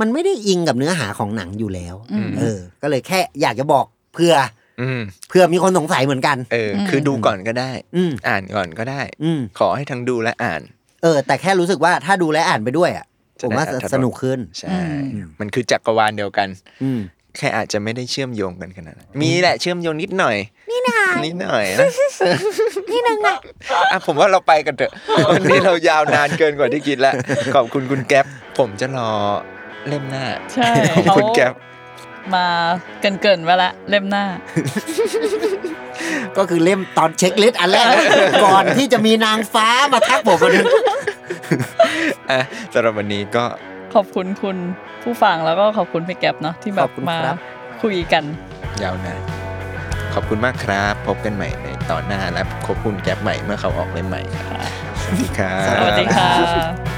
Speaker 5: มันไม่ได้อิงกับเนื้อหาของหนังอยู่แล้ว
Speaker 3: อืม
Speaker 5: เออ ก็เลยแค่อยากจะบอกเพื่อ
Speaker 4: อืม
Speaker 5: เพื่อมีคนสงสัยเหมือนกัน
Speaker 4: เอออ คือดูก่อนก็ได้
Speaker 5: อืม
Speaker 4: อ่านก่อนก็ได้
Speaker 5: อืม
Speaker 4: ขอให้ทั้งดูและอ่าน
Speaker 5: เออ แต่แค่รู้สึกว่าถ้าดูและอ่านไปด้วยอ่ะผมว่า
Speaker 4: จะได้อรรถรส
Speaker 5: สนุกขึ้น
Speaker 4: ใช่ มันคือจักรวาลเดียวกัน
Speaker 5: อืม
Speaker 4: แค่อาจจะไม่ได้เชื่อมโยงกันขนาดนั้นมีแหละเชื่อมโยงนิดหน่อย นิดหน่อยนิดหน่อยนะ นิดนึงอ่ะผมว่าเราไปกันเถอะ วันนี้เรายาวนานเกินกว่าที่คิดแล้วขอบคุณคุณแก๊ปผมจะรอเล่มหน้า
Speaker 3: ใช่
Speaker 4: ขอบคุณ
Speaker 3: เขา
Speaker 4: แก๊ป
Speaker 3: มาเกินเกินๆไว้ละเล่มหน้า
Speaker 5: ก็คือเล่มตอนเช็คลิสต์อันแรก ก่อนที่จะมีนางฟ้ามาทักผมคนนึง
Speaker 4: อ่ะสำหรับวันนี้ก็
Speaker 3: ขอบคุณคุณผู้ฟังแล้วก็ขอบคุณพี่แก๊ปเนาะที่แบ
Speaker 5: ขอ
Speaker 3: บบ
Speaker 5: คุณ
Speaker 3: มา
Speaker 5: ครับ
Speaker 3: คุยกัน
Speaker 4: ยาวนานขอบคุณมากครับ พบกันใหม่ในตอนหน้าและขอบคุณแก๊ปใหม่เมื่อเขาออกเล่มใหม่ครับสวัสดีครับ
Speaker 3: สวัสดีค่ะ